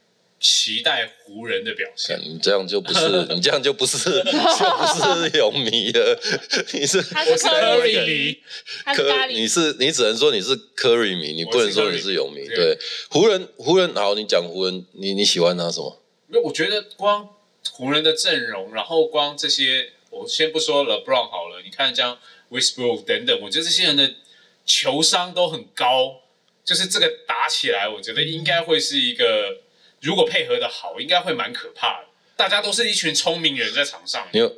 [SPEAKER 2] 期待湖人的表现。
[SPEAKER 1] 看你这样就不是，你这样就不 是，就不是泳迷了，你是
[SPEAKER 3] 他
[SPEAKER 2] 我
[SPEAKER 3] 是
[SPEAKER 2] 是
[SPEAKER 3] Curry
[SPEAKER 2] Curry
[SPEAKER 3] 迷
[SPEAKER 2] 迷，
[SPEAKER 3] 他是咖
[SPEAKER 1] 科，
[SPEAKER 3] 喱
[SPEAKER 1] 你是你只能说你是科里迷，你
[SPEAKER 2] 我
[SPEAKER 1] 不能
[SPEAKER 2] 是
[SPEAKER 1] 说
[SPEAKER 2] 科
[SPEAKER 1] 你
[SPEAKER 2] 里
[SPEAKER 1] 是泳迷。
[SPEAKER 2] 对
[SPEAKER 1] 对，湖人湖人好，你讲湖人，你你喜欢他什么？
[SPEAKER 2] 因为我觉得光湖人的阵容，然后光这些，我先不说 LeBron 好了，你看像 Westbrook 等等，我觉得这些人的球商都很高，就是这个打起来，我觉
[SPEAKER 1] 嗯
[SPEAKER 2] 得应该会是一个，如果配合的好，应该会蛮可怕的。大家都是一群聪明人在场上，
[SPEAKER 1] 因为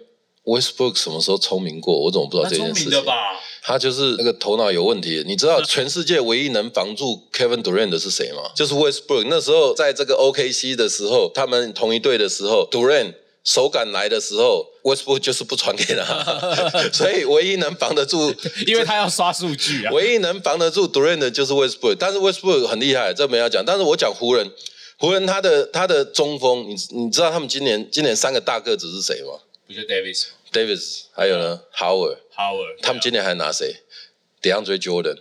[SPEAKER 1] Westbrook 什么时候聪明过？我怎么不知道
[SPEAKER 2] 蛮
[SPEAKER 1] 这
[SPEAKER 2] 聪
[SPEAKER 1] 件事
[SPEAKER 2] 明
[SPEAKER 1] 情
[SPEAKER 2] 的？吧？
[SPEAKER 1] 他就是那个头脑有问题。你知道全世界唯一能防住 Kevin Durant 的是谁吗？就是 Westbrook。那时候在这个 OKC 的时候，他们同一队的时候，Durant 手感来的时候，Westbrook 就是不传给他， 所以唯一能防得住
[SPEAKER 2] 因为他要刷数据 啊。
[SPEAKER 1] 唯一能防得住 Durant 的就是 Westbrook，但是 Westbrook 很厉害，这没要讲。但是我讲湖人，湖人他的他的中锋，你你知道他们今年今年三个大个子是谁吗
[SPEAKER 2] 不就 Davis、
[SPEAKER 1] ？Davis，还有呢，Howard，
[SPEAKER 2] Howard，
[SPEAKER 1] 他们今年还拿谁 DeAndre Jordan，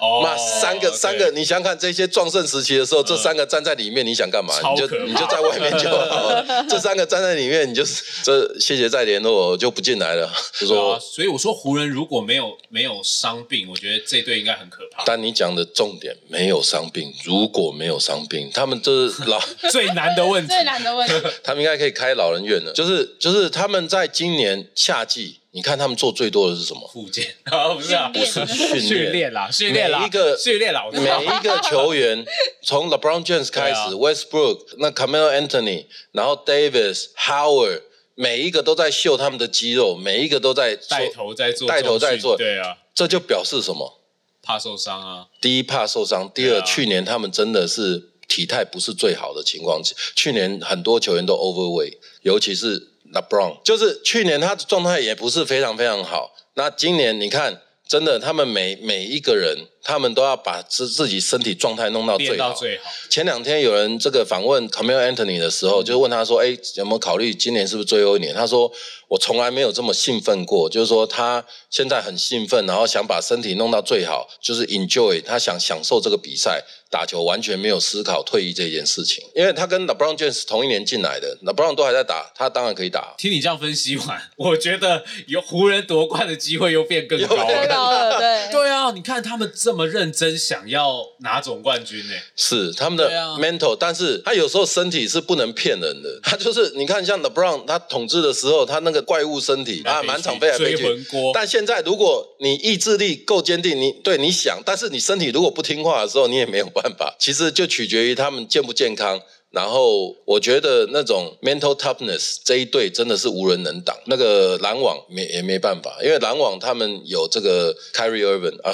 [SPEAKER 2] 哦嗯
[SPEAKER 1] 那三个三个，，你想想看，这些壮盛时期的时候，这三个站在里面，你想干嘛？
[SPEAKER 2] 超
[SPEAKER 1] 你就
[SPEAKER 2] 可怕
[SPEAKER 1] 你就在外面就好 了。这三个站在里面，你就是这谢谢再联络，我就不进来了。就
[SPEAKER 2] 对对
[SPEAKER 1] 说，
[SPEAKER 2] 啊，所以我说湖人如果没有没有伤病，我觉得这队应该很可怕。
[SPEAKER 1] 但你讲的重点没有伤病，如果没有伤病，他们这老
[SPEAKER 2] 最难的问题，
[SPEAKER 3] 最难 的问题，
[SPEAKER 1] 他们应该可以开老人院了。就是就是他们在今年夏季，你看他们做最多的是什么？
[SPEAKER 2] 附件啊，不是啊，
[SPEAKER 3] 不是
[SPEAKER 1] 训练
[SPEAKER 2] 训练啦，训练啦，
[SPEAKER 1] 每一个
[SPEAKER 2] 训练啦，我知
[SPEAKER 1] 每
[SPEAKER 2] 道
[SPEAKER 1] 一个球 员，从 LeBron James 开始、
[SPEAKER 2] 对啊
[SPEAKER 1] Westbrook，那 Camelo Anthony，然后 Davis、Howard，每一个都在秀他们的肌肉，每一个都在
[SPEAKER 2] 带头在做，
[SPEAKER 1] 带头在做
[SPEAKER 2] 对啊，
[SPEAKER 1] 这就表示什么？
[SPEAKER 2] 怕受伤啊，
[SPEAKER 1] 第一怕受伤，第二、
[SPEAKER 2] 对啊
[SPEAKER 1] 去年他们真的是体态不是最好的情况，去年很多球员都 overweight，尤其是 LeBron，就是去年他的状态也不是非常非常好。那今年你看，真的他们每每一个人，他们都要把自自己身体状态弄到
[SPEAKER 2] 练
[SPEAKER 1] 最
[SPEAKER 2] 到
[SPEAKER 1] 好。
[SPEAKER 2] 最好，
[SPEAKER 1] 前两天有人这个访问 Camille Anthony 的时
[SPEAKER 2] 嗯
[SPEAKER 1] 候，就问他说：“哎、有没有考虑今年是不是最后一年？”他说：“我从来没有这么兴奋过，就是说他现在很兴奋，然后想把身体弄到最好，就是 enjoy，他想享受这个比赛打球，完全没有思考退役这件事情。因为他跟 LeBron James 同一年进来的，LeBron 都还在打，他当然可以打。
[SPEAKER 2] 听你这样分析完， 我觉得有湖人夺冠的机会又变更高
[SPEAKER 1] 又
[SPEAKER 3] 糟
[SPEAKER 1] 变
[SPEAKER 2] 了。
[SPEAKER 3] 糕了，对，
[SPEAKER 2] 对啊，你看他们这么认真想要拿总冠军呢、
[SPEAKER 1] 是他们的
[SPEAKER 2] 对啊
[SPEAKER 1] mental，、但是他有时候身体是不能骗人的。他就是你看，像 LeBron 他统治的时候，他那个怪物身体啊，满场飞来飞
[SPEAKER 2] 追
[SPEAKER 1] 去。
[SPEAKER 2] 魂锅，
[SPEAKER 1] 但 现在如果你意志力够坚定，你对你想，但是你身体如果不听话的时候，你也没有办法。其实就取决于他们健不健康。然后我觉得那种 mental toughness 这一队真的是无人能挡。那个篮网没也没办法，因为篮网他们有这个 Kyrie Irving 啊，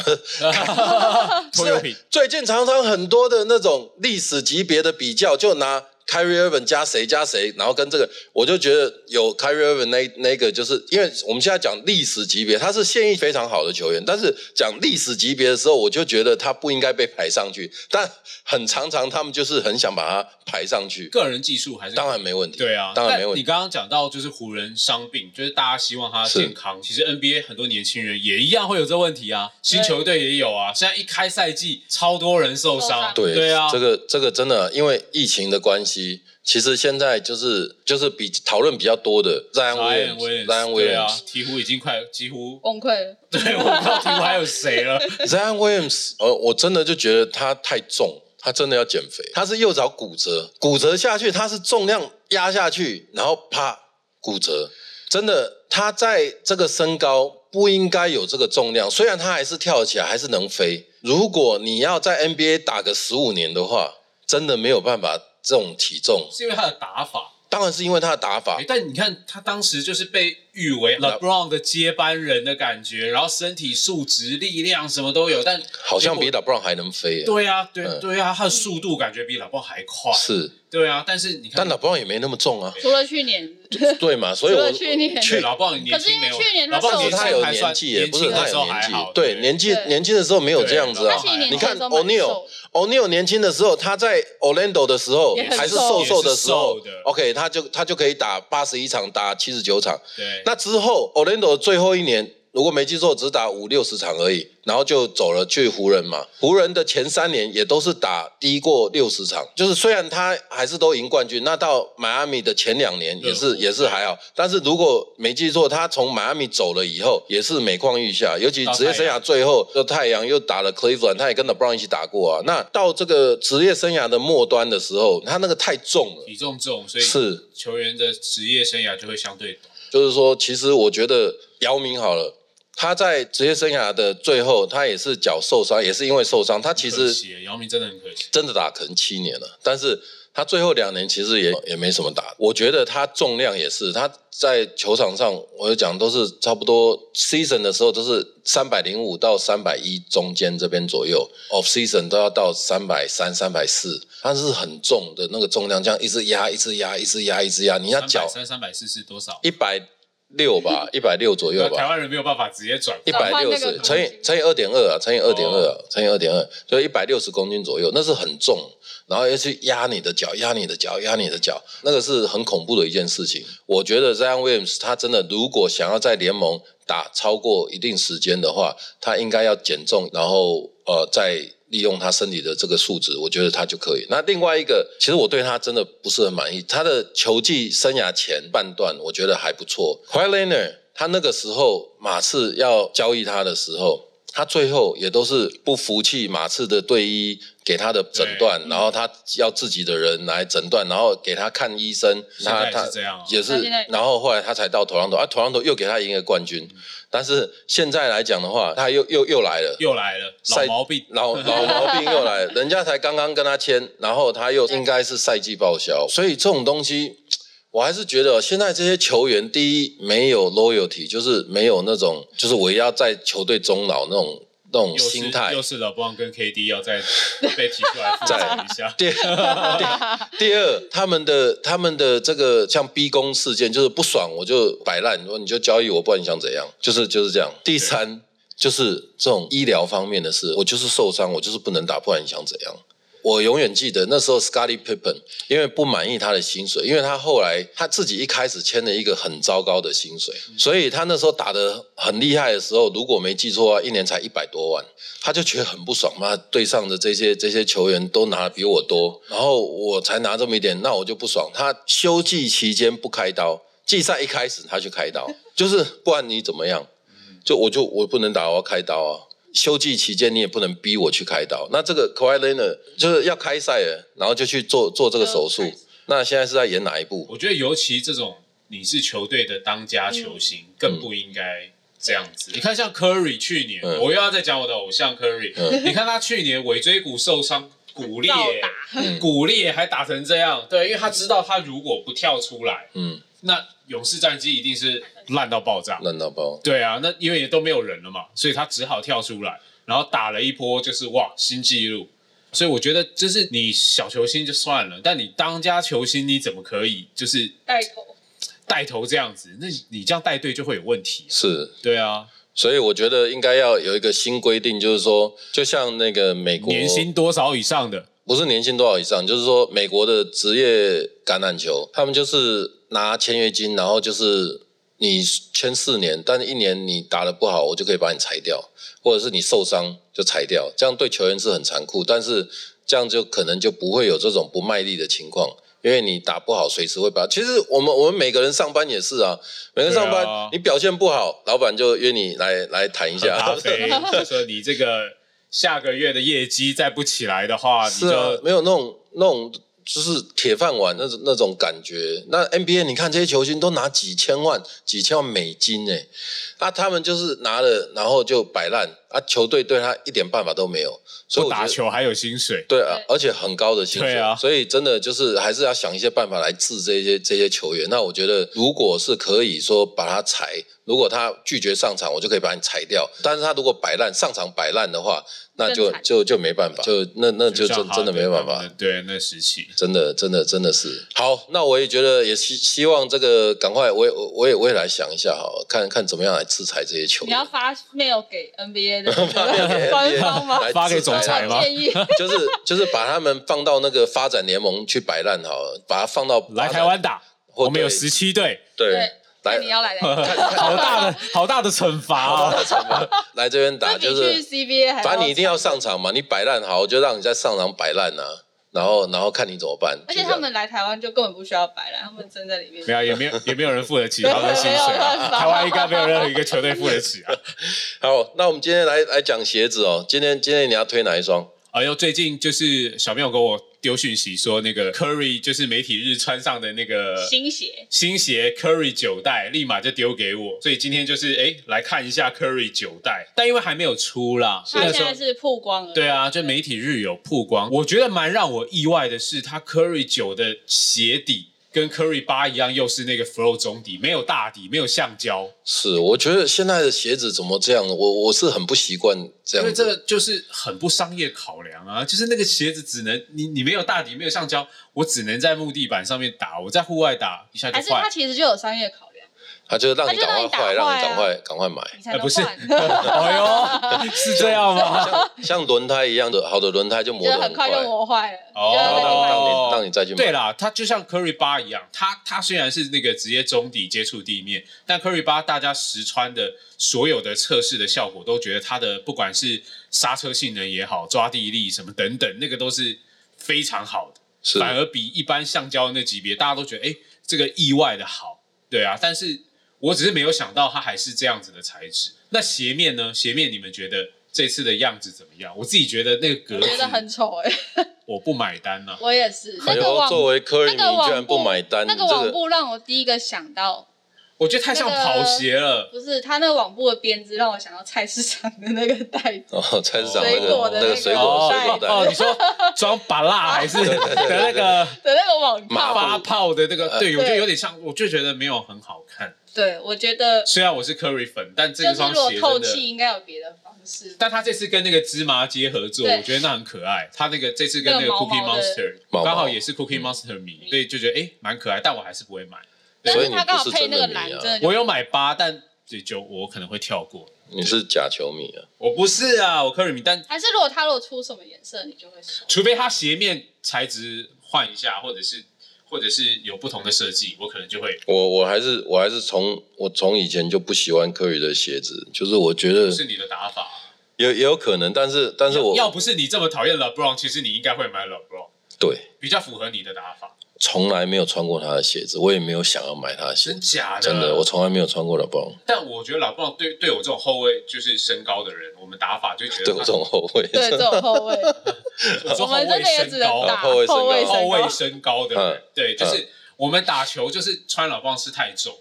[SPEAKER 2] 拖油瓶
[SPEAKER 1] 最近常常很多的那种历史级别的比较，就拿 Kyrie Irving 加谁加谁，然后跟这个，我就觉得有 Kyrie Irving 那那个，就是因为我们现在讲历史级别，他是现役非常好的球员，但是讲历史级别的时候，我就觉得他不应该被排上去，但很常常他们就是很想把他排上去，
[SPEAKER 2] 个人技术还是
[SPEAKER 1] 当然没问题，
[SPEAKER 2] 对啊，
[SPEAKER 1] 当然没
[SPEAKER 2] 但
[SPEAKER 1] 问
[SPEAKER 2] 你
[SPEAKER 1] 题，
[SPEAKER 2] 刚刚讲到就是湖人伤病，就是大家希望他
[SPEAKER 1] 是
[SPEAKER 2] 健康。其实 NBA 很多年轻人也一样会有这问题啊，新球队也有啊。现在一开赛季，超多人受
[SPEAKER 3] 受
[SPEAKER 2] 伤
[SPEAKER 3] 伤。
[SPEAKER 1] 对
[SPEAKER 2] 对啊，
[SPEAKER 1] 这个这个真的因为疫情的关系。其实现在就是就是比讨论比较多的 Zion
[SPEAKER 2] Zion
[SPEAKER 1] Williams、Zion
[SPEAKER 2] Williams，对啊
[SPEAKER 1] Williams，，
[SPEAKER 2] 鹈鹕已经快几乎，
[SPEAKER 3] 崩溃了，
[SPEAKER 2] 对，我不知道鹈鹕还有谁了。
[SPEAKER 1] Zion Williams，呃，我真的就觉得他太重，他真的要减肥。他是右脚骨折，骨折下去，他是重量压下去，然后啪骨折。真的，他在这个身高不应该有这个重量，虽然他还是跳起来，还是能飞。如果你要在 NBA 打个十五年的话，真的没有办法这种体重。
[SPEAKER 2] 是因为他的打法。
[SPEAKER 1] 当然是因为他的打法
[SPEAKER 2] 诶，但你看他当时就是被誉为 LeBron 的接班人的感觉，然后身体素质、力量什么都有，但
[SPEAKER 1] 好像比
[SPEAKER 2] 结果
[SPEAKER 1] LeBron 还能飞耶。
[SPEAKER 2] 对啊，对
[SPEAKER 1] 嗯
[SPEAKER 2] 对啊，他的速度感觉比 LeBron 还快。
[SPEAKER 1] 是，
[SPEAKER 2] 对啊，但是你看
[SPEAKER 1] 但，LeBron 也没那么重啊。
[SPEAKER 3] 除了去年，
[SPEAKER 1] 对嘛，所以
[SPEAKER 3] 除
[SPEAKER 1] 我
[SPEAKER 3] 了去年
[SPEAKER 1] 去
[SPEAKER 2] 老棒年轻没有，
[SPEAKER 3] 可是因为去年
[SPEAKER 2] 老
[SPEAKER 3] 他
[SPEAKER 2] 棒
[SPEAKER 1] 但
[SPEAKER 2] 年
[SPEAKER 3] 受
[SPEAKER 1] 是
[SPEAKER 2] 轻
[SPEAKER 1] 他有
[SPEAKER 2] 还算
[SPEAKER 1] 年纪，也不是
[SPEAKER 2] 年轻
[SPEAKER 1] 他
[SPEAKER 2] 的时
[SPEAKER 1] 有
[SPEAKER 2] 候
[SPEAKER 1] 年
[SPEAKER 2] 还
[SPEAKER 1] 纪
[SPEAKER 2] 好，，
[SPEAKER 1] 对年纪
[SPEAKER 3] 对
[SPEAKER 1] 年轻的时候没有这样子
[SPEAKER 3] 他
[SPEAKER 1] 啊
[SPEAKER 2] 对。
[SPEAKER 3] 去年
[SPEAKER 1] 你看
[SPEAKER 3] 的时候蛮
[SPEAKER 1] O'Neal
[SPEAKER 3] 瘦
[SPEAKER 1] O'Neal 年轻的时候，他在 Orlando 的时候
[SPEAKER 3] 也很
[SPEAKER 1] 还是
[SPEAKER 3] 瘦
[SPEAKER 1] 瘦瘦的时候
[SPEAKER 2] 也是瘦的
[SPEAKER 1] ，OK，他就他就可以打八十一场，打七十九场。
[SPEAKER 2] 对，
[SPEAKER 1] 那之后 Orlando 最后一年，如果没记错，只打五六十场而已，然后就走了去湖人嘛。湖人的前三年也都是打低过六十场，就是虽然他还是都赢冠军，那到迈阿密的前两年也
[SPEAKER 2] 热
[SPEAKER 1] 是
[SPEAKER 2] 火
[SPEAKER 1] 也是还好，但是如果没记错，他从迈阿密走了以后也是每况愈下，尤其
[SPEAKER 2] 到
[SPEAKER 1] 职业生
[SPEAKER 2] 太
[SPEAKER 1] 涯
[SPEAKER 2] 阳
[SPEAKER 1] 最后，就太阳又打了 Cleveland，他也跟 LeBron 一起打过啊。那到这个职业生涯的末端的时候，他那个太重了，
[SPEAKER 2] 体重重，所以
[SPEAKER 1] 是
[SPEAKER 2] 球员的职业生涯就会相对短。
[SPEAKER 1] 就是说，其实我觉得姚明好了，他在职业生涯的最后，他也是脚受伤，也是因为受伤，他其
[SPEAKER 2] 可
[SPEAKER 1] 实
[SPEAKER 2] 惜耶姚明真的很可惜，
[SPEAKER 1] 真的打可能七年了，但是他最后两年其实也也没什么打。我觉得他重量也是，他在球场上，我就讲都是差不多 season 的时候都是三百零五到三百一中间这边左右，off season 都要到三百三、三百四，他是很重的那个重量，这样一直压、一直压、一直压、一直压，你要
[SPEAKER 2] 三
[SPEAKER 1] 脚
[SPEAKER 2] 百三三百四是多少？
[SPEAKER 1] 一百六吧，一百六左右
[SPEAKER 2] 那
[SPEAKER 1] 吧
[SPEAKER 2] 台。湾人没有办法直接转
[SPEAKER 1] 一
[SPEAKER 2] 换，
[SPEAKER 1] 百
[SPEAKER 3] 换
[SPEAKER 1] 六
[SPEAKER 3] 那个
[SPEAKER 1] 十
[SPEAKER 3] 公
[SPEAKER 1] 乘以
[SPEAKER 3] 斤
[SPEAKER 1] 乘以二点二啊，乘以二点二
[SPEAKER 2] 哦，
[SPEAKER 1] 乘以二点二，所以一百六十公斤左右，那是很重，然后要去压你的脚，压你的脚，压你的脚，那个是很恐怖的一件事情。我觉得 Zion Williams 他真的如果想要在联盟打超过一定时间的话，他应该要减重，然后呃再利用他身体的这个数值，我觉得他就可以。那另外一个，其实我对他真的不是很满意，他的球技生涯前半段我觉得还不错。q u i l e n e r 他那个时候马刺要交易他的时候，他最后也都是不服气马刺的队医给他的诊断，然后他要自己的人来诊断，然后给他看医生，
[SPEAKER 2] 现
[SPEAKER 1] 他
[SPEAKER 2] 在
[SPEAKER 1] 他
[SPEAKER 2] 也是这样哦
[SPEAKER 1] 也是
[SPEAKER 3] 他现在，
[SPEAKER 1] 然后后来他才到头浪头，啊，头浪头又给他赢了冠军，
[SPEAKER 2] 嗯
[SPEAKER 1] 但是现在来讲的话，他又又又来了。
[SPEAKER 2] 又来了，老
[SPEAKER 1] 赛
[SPEAKER 2] 毛病。
[SPEAKER 1] 老老毛病又来了，人家才刚刚跟他签，然后他又应该是赛季报销，所以这种东西，我还是觉得现在这些球员，第一没有 loyalty，就是没有那种，就是我要在球队终老那种那种
[SPEAKER 2] 又是
[SPEAKER 1] 心态
[SPEAKER 2] 又。是老布朗跟 KD 要再被提出来复
[SPEAKER 1] 再
[SPEAKER 2] 审一下，
[SPEAKER 1] 第二第第二，他们的他们的这个像逼宫事件，就是不爽我就摆烂，说你就交易我，不然你想怎样？就是就是这样。第三就是这种医疗方面的事，我就是受伤，我就是不能打，不然你想怎样？我永远记得那时候 Scotty Pippen 因为不满意他的薪水，因为他后来他自己一开始签了一个很糟糕的薪水，所以他那时候打得很厉害的时候，如果没记错啊，一年才一百多万，他就觉得很不爽嘛。对上的这些这些球员都拿得比我多，然后我才拿这么一点，那我就不爽。他休季期间不开刀，季赛一开始他就开刀， 就是不然你怎么样？就我就我不能打，我要开刀啊。休季期间你也不能逼我去开刀。那这个 k a w i l e n e 就是要开赛了，然后就去做做这个手术
[SPEAKER 3] 哦就开始。
[SPEAKER 1] 那现在是在演哪一部？
[SPEAKER 2] 我觉得尤其这种你是球队的当家球星，更不应该这样子。嗯你看像 Curry 去年，
[SPEAKER 1] 嗯
[SPEAKER 2] 我又要再讲我的偶像 Curry，、
[SPEAKER 1] 嗯
[SPEAKER 2] 你看他去年尾椎骨受伤。骨裂欸
[SPEAKER 3] 照，
[SPEAKER 2] 骨裂还打成这样，对，因为他知道他如果不跳出来，
[SPEAKER 1] 嗯，
[SPEAKER 2] 那勇士战绩一定是烂到爆炸。
[SPEAKER 1] 烂到爆。
[SPEAKER 2] 对啊，那因为也都没有人了嘛，所以他只好跳出来，然后打了一波，就是哇新纪录。所以我觉得，就是你小球星就算了，但你当家球星，你怎么可以就是
[SPEAKER 3] 带头，
[SPEAKER 2] 带头这样子，那你这样带队就会有问题、啊。
[SPEAKER 1] 是，
[SPEAKER 2] 对啊，
[SPEAKER 1] 所以我觉得应该要有一个新规定，就是说，就像那个美国
[SPEAKER 2] 年薪多少以上的，
[SPEAKER 1] 不是年薪多少以上，就是说美国的职业橄榄球，他们就是拿签约金，然后就是你签四年，但是一年你打得不好，我就可以把你裁掉，或者是你受伤就裁掉，这样对球员是很残酷，但是这样就可能就不会有这种不卖力的情况。因为你打不好，随时会把。其实我们我们每个人上班也是啊，每个人上班、
[SPEAKER 2] 对啊
[SPEAKER 1] 你表现不好，老板就约你来来谈一
[SPEAKER 2] 喝
[SPEAKER 1] 下。
[SPEAKER 2] 咖啡，就 说你这个下个月的业绩再不起来的话，你
[SPEAKER 1] 是啊，
[SPEAKER 2] 就
[SPEAKER 1] 没有那种那种就是铁饭碗那种那种感觉。那 NBA 你看这些球星都拿几千万、几千万美金呢、啊，他们就是拿了然后就摆烂啊，球队对他一点办法都没有，所以
[SPEAKER 2] 不
[SPEAKER 1] 我觉
[SPEAKER 2] 打
[SPEAKER 1] 得。
[SPEAKER 2] 球还有薪水。
[SPEAKER 1] 对啊
[SPEAKER 3] 对，
[SPEAKER 1] 而且很高的薪水，
[SPEAKER 2] 对啊
[SPEAKER 1] 所以真的就是还是要想一些办法来治这些这些球员。那我觉得，如果是可以说把他裁，如果他拒绝上场，我就可以把你裁掉。但是他如果摆烂，上场摆烂的话，那就
[SPEAKER 3] 更惨
[SPEAKER 1] 就就没办法，就那那就
[SPEAKER 2] 像
[SPEAKER 1] 真
[SPEAKER 2] 哈
[SPEAKER 1] 真的没
[SPEAKER 2] 登
[SPEAKER 1] 办
[SPEAKER 2] 他
[SPEAKER 1] 法
[SPEAKER 2] 们。的。对，那时期
[SPEAKER 1] 真的，真的，真的是好。那我也觉得，也希希望这个赶快，我也我我也我也来想一下，好了，看看怎么样来制裁这些球
[SPEAKER 3] 你要
[SPEAKER 1] 员。
[SPEAKER 3] 发 mail 给 NBA 的
[SPEAKER 1] mail 给 NBA
[SPEAKER 3] 官方吗？
[SPEAKER 1] 来
[SPEAKER 2] 发给
[SPEAKER 1] 制裁
[SPEAKER 2] 总裁
[SPEAKER 1] 他
[SPEAKER 2] 吗
[SPEAKER 1] 们
[SPEAKER 3] 建议
[SPEAKER 1] 就是就是把他们放到那个发展联盟去摆烂好了，把他放到
[SPEAKER 2] 来
[SPEAKER 1] 发展
[SPEAKER 2] 台湾打，
[SPEAKER 1] 或
[SPEAKER 2] 我们有
[SPEAKER 1] 哦对
[SPEAKER 2] 十七队，
[SPEAKER 1] 对
[SPEAKER 3] 对，那
[SPEAKER 1] 来
[SPEAKER 3] 你要来的，
[SPEAKER 2] 好 大的好大的惩罚啊！
[SPEAKER 1] 来这边打，
[SPEAKER 3] 这比
[SPEAKER 1] 就
[SPEAKER 3] 去
[SPEAKER 1] 是
[SPEAKER 3] CBA 还
[SPEAKER 1] 反正你
[SPEAKER 3] 要
[SPEAKER 1] 一定要上场嘛，你摆烂好，我就让你在上场摆烂啊，然后然后看你怎么办。
[SPEAKER 3] 而
[SPEAKER 1] 就
[SPEAKER 3] 且
[SPEAKER 1] 这
[SPEAKER 3] 他
[SPEAKER 1] 样
[SPEAKER 3] 们来台湾就根本不需要摆烂，他们真在里面
[SPEAKER 2] 没。有，也没有，也没有人付得起他们的薪水
[SPEAKER 3] 没有
[SPEAKER 2] 啊。
[SPEAKER 3] 办法
[SPEAKER 2] 台湾应该没有任何一个球队付得起啊。
[SPEAKER 1] 好，那我们今天来来讲鞋子哦，今天今天你要推哪一双？
[SPEAKER 2] 哎呦，最近就是小朋友给我丢讯息说，那个 Curry 就是媒体日穿上的那个
[SPEAKER 3] 新鞋，
[SPEAKER 2] 新鞋 Curry 九代，立马就丢给我，所以今天就是哎来看一下 Curry 九代，但因为还没有出啦，
[SPEAKER 3] 它
[SPEAKER 2] 那
[SPEAKER 3] 现
[SPEAKER 2] 时候
[SPEAKER 3] 在是曝光了。
[SPEAKER 2] 对啊，就媒体日有曝光，我觉得蛮让我意外的是，他 Curry 九的鞋底跟 Curry 八一样，又是那个 Flow 中底，没有大底，没有橡胶，
[SPEAKER 1] 是，我觉得现在的鞋子怎么这样？我我是很不习惯这
[SPEAKER 2] 因为
[SPEAKER 1] 样
[SPEAKER 2] 这
[SPEAKER 1] 子。
[SPEAKER 2] 个就是很不商业考量啊，就是那个鞋子只能你你没有大底，没有橡胶，我只能在木地板上面打，我在户外打一下就
[SPEAKER 3] 还是
[SPEAKER 2] 坏
[SPEAKER 3] 它。其实就有商业考量，
[SPEAKER 1] 他就是让你
[SPEAKER 3] 他就
[SPEAKER 1] 赶快
[SPEAKER 3] 让你打
[SPEAKER 1] 坏，让
[SPEAKER 3] 坏
[SPEAKER 1] 你
[SPEAKER 3] 啊
[SPEAKER 1] 赶快赶快买。
[SPEAKER 3] 你才能
[SPEAKER 2] 呃不是
[SPEAKER 3] 换，
[SPEAKER 2] 哎呦，是这样吗？
[SPEAKER 1] 像轮胎一样的，好的轮胎 就磨
[SPEAKER 3] 就
[SPEAKER 1] 得
[SPEAKER 3] 很快
[SPEAKER 1] 快，
[SPEAKER 3] 就磨坏了，
[SPEAKER 2] 哦
[SPEAKER 3] 就
[SPEAKER 1] 然
[SPEAKER 3] 要
[SPEAKER 1] 后
[SPEAKER 3] 再去买
[SPEAKER 1] 让
[SPEAKER 3] 新的
[SPEAKER 1] 让你让你再去买。
[SPEAKER 2] 对啦，它就像 Curry 八一样，它它虽然是那个直接中底接触地面，但 Curry 八大家实穿的所有的测试的效果，都觉得它的不管是刹车性能也好，抓地力什么等等，那个都是非常好的，
[SPEAKER 1] 是
[SPEAKER 2] 反而比一般橡胶那级别，大家都觉得哎、诶这个意外的好，对啊，但是我只是没有想到它还是这样子的材质。那鞋面呢？鞋面你们觉得这次的样子怎么样？我自己觉得那个格
[SPEAKER 3] 我 觉得很
[SPEAKER 2] 子
[SPEAKER 3] 丑哎、
[SPEAKER 2] 我不买单啊了、
[SPEAKER 3] 我也是
[SPEAKER 1] 哎
[SPEAKER 3] 那个
[SPEAKER 1] 呦，
[SPEAKER 3] 网
[SPEAKER 1] 作为科
[SPEAKER 3] 那
[SPEAKER 1] 瑞，你
[SPEAKER 3] 个网
[SPEAKER 1] 居然
[SPEAKER 3] 布
[SPEAKER 1] 不买单，
[SPEAKER 3] 那
[SPEAKER 1] 你
[SPEAKER 3] 个
[SPEAKER 1] 这
[SPEAKER 3] 网
[SPEAKER 1] 个
[SPEAKER 3] 布让我第一个想到，
[SPEAKER 2] 我觉得太像跑鞋了。
[SPEAKER 3] 不是它那网布的编织让我想到菜市场的那个袋子，
[SPEAKER 1] 哦， 菜市场那
[SPEAKER 3] 水果
[SPEAKER 1] 个
[SPEAKER 3] 的
[SPEAKER 1] 那个
[SPEAKER 3] 那
[SPEAKER 1] 水
[SPEAKER 3] 个
[SPEAKER 1] 果水
[SPEAKER 2] 哦
[SPEAKER 1] 果
[SPEAKER 2] 哦，
[SPEAKER 1] 袋，
[SPEAKER 2] 你说装把蜡 还是的那个
[SPEAKER 3] 的那个网
[SPEAKER 1] 麻
[SPEAKER 3] 套。
[SPEAKER 1] 布
[SPEAKER 2] 发泡的那个？
[SPEAKER 1] 呃
[SPEAKER 2] 对，我觉得
[SPEAKER 3] 对
[SPEAKER 2] 有点像，我就觉得没有很好看。
[SPEAKER 3] 对，我觉得
[SPEAKER 2] 虽然我是 Curry 粉，但这
[SPEAKER 3] 就是
[SPEAKER 2] 个双
[SPEAKER 3] 如果
[SPEAKER 2] 鞋
[SPEAKER 3] 透
[SPEAKER 2] 真
[SPEAKER 3] 气，
[SPEAKER 2] 的。
[SPEAKER 3] 应该有别的方式。
[SPEAKER 2] 但他这次跟那个芝麻街合作，
[SPEAKER 3] 对
[SPEAKER 2] 我觉得那很可爱。他那个这次跟那
[SPEAKER 3] 那
[SPEAKER 2] 个
[SPEAKER 3] 个毛
[SPEAKER 2] Cookie
[SPEAKER 3] 毛的
[SPEAKER 2] Monster
[SPEAKER 1] 毛毛
[SPEAKER 2] 刚好也是 Cookie Monster 迷，所以就觉得哎蛮可爱，但我还是不会买。
[SPEAKER 3] 但
[SPEAKER 1] 所以
[SPEAKER 3] 是
[SPEAKER 1] 你
[SPEAKER 3] 它刚好
[SPEAKER 1] 不是
[SPEAKER 3] 配
[SPEAKER 1] 真
[SPEAKER 3] 那
[SPEAKER 1] 的
[SPEAKER 3] 个
[SPEAKER 1] 迷
[SPEAKER 3] 蓝，真
[SPEAKER 1] 啊
[SPEAKER 3] 的，就
[SPEAKER 2] 我有买八，但这就我可能会跳过。
[SPEAKER 1] 你是假球迷啊？
[SPEAKER 2] 我不是啊，我 Curry 迷，但
[SPEAKER 3] 还是如果它如果出什么颜色，你就会收。
[SPEAKER 2] 除非它鞋面材质换一下，或者是或者是有不同的设计，我可能就会
[SPEAKER 1] 我我还是我还是从我从以前就不喜欢科瑞的鞋子，就是我觉得
[SPEAKER 2] 是你的打法。
[SPEAKER 1] 也也有可能，但是但是我
[SPEAKER 2] 要不是你这么讨厌 LeBron，其实你应该会买 LeBron，
[SPEAKER 1] 对
[SPEAKER 2] 比较符合你的打法。
[SPEAKER 1] 从来没有穿过他的鞋子，我也没有想要买他的鞋
[SPEAKER 2] 真
[SPEAKER 1] 子，
[SPEAKER 2] 假的？
[SPEAKER 1] 真的，我从来没有穿过 LeBron。
[SPEAKER 2] 但我觉得 LeBron 对对我这种后卫就是身高的人，我们打法就觉 得
[SPEAKER 1] 对我这种后卫，
[SPEAKER 3] 对，这种 后卫，
[SPEAKER 2] 我说
[SPEAKER 3] 我
[SPEAKER 2] 后卫
[SPEAKER 3] 们真的也只
[SPEAKER 2] 身高啊
[SPEAKER 3] 能打
[SPEAKER 1] 后卫身高
[SPEAKER 3] 卫
[SPEAKER 2] 后
[SPEAKER 3] 身
[SPEAKER 2] 哦卫
[SPEAKER 3] 高。
[SPEAKER 2] 身高的人
[SPEAKER 1] 嗯，
[SPEAKER 2] 对，就是我们打球就是穿 LeBron 是太重。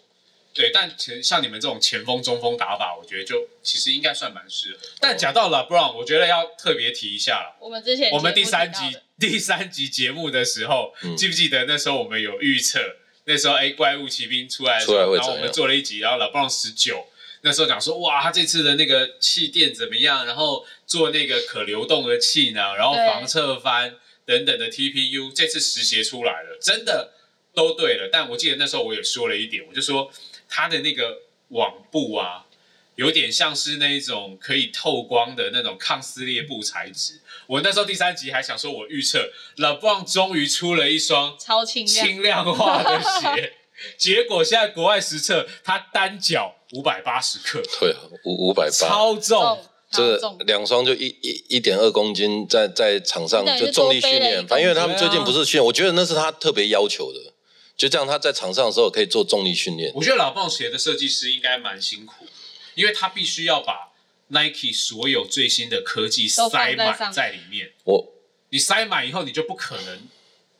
[SPEAKER 2] 对，但其实像你们这种前锋、中锋打法，我觉得就其实应该算蛮适合。但讲到 LeBron，我觉得要特别提一下啦，
[SPEAKER 3] 我们之前
[SPEAKER 2] 我们第三
[SPEAKER 3] 节目提
[SPEAKER 2] 集
[SPEAKER 3] 到的
[SPEAKER 2] 第三集节目的时候，
[SPEAKER 1] 嗯
[SPEAKER 2] 记不记得那时候我们有预测？那时候哎，怪物骑兵出来的时
[SPEAKER 1] 出来
[SPEAKER 2] 候，
[SPEAKER 1] 会
[SPEAKER 2] 然后我
[SPEAKER 1] 怎
[SPEAKER 2] 们
[SPEAKER 1] 样
[SPEAKER 2] 做了一集，然后 LeBron 十九，那时候讲说哇，他这次的那个气垫怎么样？然后做那个可流动的气囊，然后
[SPEAKER 3] 对
[SPEAKER 2] 防侧翻等等的 TPU，这次实鞋出来了，真的都对了。但我记得那时候我也说了一点，我就说它的那个网布啊，有点像是那一种可以透光的那种抗撕裂布材质。我那时候第三集还想说，我预测 LeBron 终于出了一双
[SPEAKER 3] 超轻量，
[SPEAKER 2] 轻量化 的鞋，结果现在国外实测它单脚五百八十克，
[SPEAKER 1] 对啊，五五百八，
[SPEAKER 2] 超重。
[SPEAKER 1] 这
[SPEAKER 3] 超重，
[SPEAKER 1] 两双就一一一点二公斤在，在场上
[SPEAKER 3] 那等于
[SPEAKER 1] 就重力训
[SPEAKER 3] 多背了一
[SPEAKER 1] 练，
[SPEAKER 3] 公
[SPEAKER 1] 反正因为他们
[SPEAKER 2] 斤啊
[SPEAKER 1] 最近不是训练，我觉得那是他特别要求的，就这样他在场上的时候可以做重力训练。
[SPEAKER 2] 我觉得老棒鞋的设计师应该蛮辛苦，因为他必须要把 Nike 所有最新的科技
[SPEAKER 3] 都放
[SPEAKER 2] 塞
[SPEAKER 3] 在
[SPEAKER 2] 满
[SPEAKER 3] 上
[SPEAKER 2] 在里面。
[SPEAKER 1] 我
[SPEAKER 2] 你塞满以后，你就不可能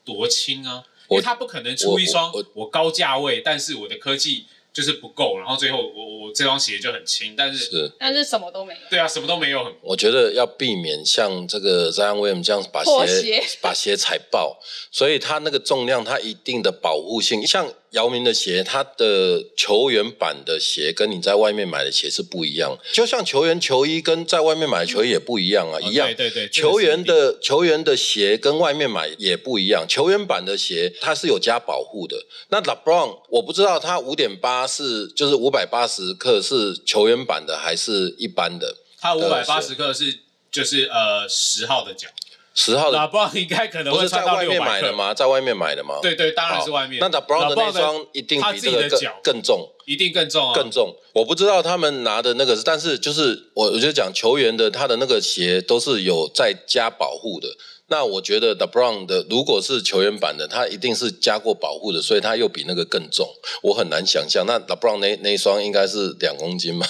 [SPEAKER 2] 多轻啊，因
[SPEAKER 1] 我
[SPEAKER 2] 为他不可能出一双
[SPEAKER 1] 我我
[SPEAKER 2] 我高价位，但是我的科技就是不够，然后最后我我我这双鞋就很轻，但是
[SPEAKER 1] 是
[SPEAKER 3] 但是什么都没有。
[SPEAKER 2] 对啊，什么都没有很。
[SPEAKER 1] 我觉得要避免像这个 Zion William 这样把
[SPEAKER 3] 破
[SPEAKER 1] 鞋
[SPEAKER 3] 鞋
[SPEAKER 1] 把鞋踩爆，所以他那个重量，他一定的保护性。像姚明的鞋，他的球员版的鞋跟你在外面买的鞋是不一样，就像球员球衣跟在外面买的球衣也不一样啊，一样
[SPEAKER 2] 哦。对对对，
[SPEAKER 1] 球员
[SPEAKER 2] 这个是一定
[SPEAKER 1] 的球员的鞋跟外面买也不一样，球员版的鞋它是有加保护的。那 LeBron 我不知道他五点八是就是五百八十克是球员版的还是一般的
[SPEAKER 2] 他五百八十克是就是呃十号的脚，
[SPEAKER 1] 十号
[SPEAKER 2] 老
[SPEAKER 1] 的，
[SPEAKER 2] 棒应该可能
[SPEAKER 1] 哦不
[SPEAKER 2] 会
[SPEAKER 1] 是在
[SPEAKER 2] 穿到
[SPEAKER 1] 外
[SPEAKER 2] 六
[SPEAKER 1] 面
[SPEAKER 2] 百
[SPEAKER 1] 买的
[SPEAKER 2] 克。
[SPEAKER 1] 吗？在外面买的吗？
[SPEAKER 2] 对对，当然
[SPEAKER 1] 好，
[SPEAKER 2] 是外面。
[SPEAKER 1] 那 LeBron 的那
[SPEAKER 2] LeBron 的
[SPEAKER 1] 双一定
[SPEAKER 2] 他
[SPEAKER 1] 比
[SPEAKER 2] 自己
[SPEAKER 1] 这
[SPEAKER 2] 的
[SPEAKER 1] 个更
[SPEAKER 2] 脚
[SPEAKER 1] 更重。
[SPEAKER 2] 一定更重啊，
[SPEAKER 1] 更重。我不知道他们拿的那个是，但是就是我我就讲球员的他的那个鞋都是有在加保护的。那我觉得 The Brown 的如果是球员版的，他一定是加过保护的，所以他又比那个更重。我很难想象，那 The Brown 那那一双应该是两公斤吧？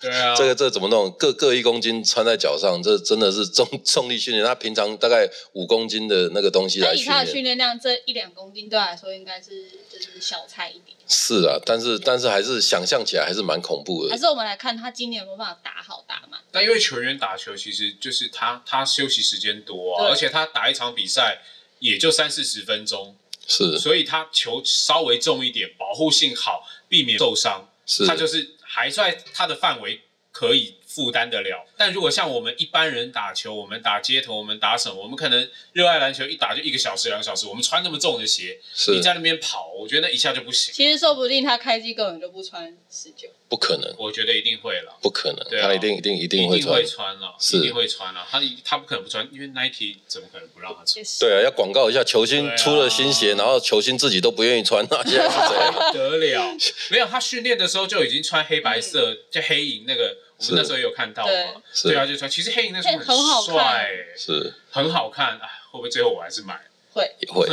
[SPEAKER 2] 对啊，
[SPEAKER 1] 这个这怎么弄？各各一公斤穿在脚上，这真的是重 重力训练。他平常大概五公斤的那个东西
[SPEAKER 3] 那
[SPEAKER 1] 来
[SPEAKER 3] 以
[SPEAKER 1] 训
[SPEAKER 3] 他的
[SPEAKER 1] 练
[SPEAKER 3] 训。练量，这一两公斤对他来说应该是就是小菜一碟。
[SPEAKER 1] 是啊，但是但是还是想象起来还是蛮恐怖
[SPEAKER 3] 还
[SPEAKER 1] 的。
[SPEAKER 3] 是我们来看他今年有没有办法打好打满？
[SPEAKER 2] 但因为球员打球，其实就是他他休息时间多啊，
[SPEAKER 3] 对
[SPEAKER 2] 而且他打一场比赛也就三四十分钟，
[SPEAKER 1] 是
[SPEAKER 2] 所以他球稍微重一点，保护性好，避免受伤，
[SPEAKER 1] 是，
[SPEAKER 2] 他就是还在他的范围可以负担得了。但如果像我们一般人打球，我们打街头，我们打什么，我们可能热爱篮球，一打就一个小时、两个小时，我们穿那么重的鞋，
[SPEAKER 1] 是
[SPEAKER 2] 你在那边跑，我觉得那一下就不行。
[SPEAKER 3] 其实说不定他开机根本就不穿十九，
[SPEAKER 1] 不可能，
[SPEAKER 2] 我觉得一定会了。
[SPEAKER 1] 不可能，
[SPEAKER 2] 对啊
[SPEAKER 1] 他一定一定一
[SPEAKER 2] 一
[SPEAKER 1] 定会穿。
[SPEAKER 2] 穿了，
[SPEAKER 1] 是
[SPEAKER 2] 一定会穿了。他他不可能不穿，因为 Nike 怎么可能不让他穿？
[SPEAKER 3] 也是。
[SPEAKER 1] 对啊，要广告一下，球星
[SPEAKER 2] 对啊
[SPEAKER 1] 出了新鞋，然后球星自己都不愿意穿，那现在是怎 样？
[SPEAKER 2] 得 了，没有他训练的时候就已经穿黑白
[SPEAKER 3] 嗯
[SPEAKER 2] 色，就黑银那个，我们那时候也有看到嘛。
[SPEAKER 1] 是
[SPEAKER 2] 对啊，就穿。其实黑银那时候
[SPEAKER 3] 很好看
[SPEAKER 2] 帅，
[SPEAKER 1] 是
[SPEAKER 2] 很好看。哎，会不会最后我还是买？
[SPEAKER 3] 会，
[SPEAKER 1] 也 会。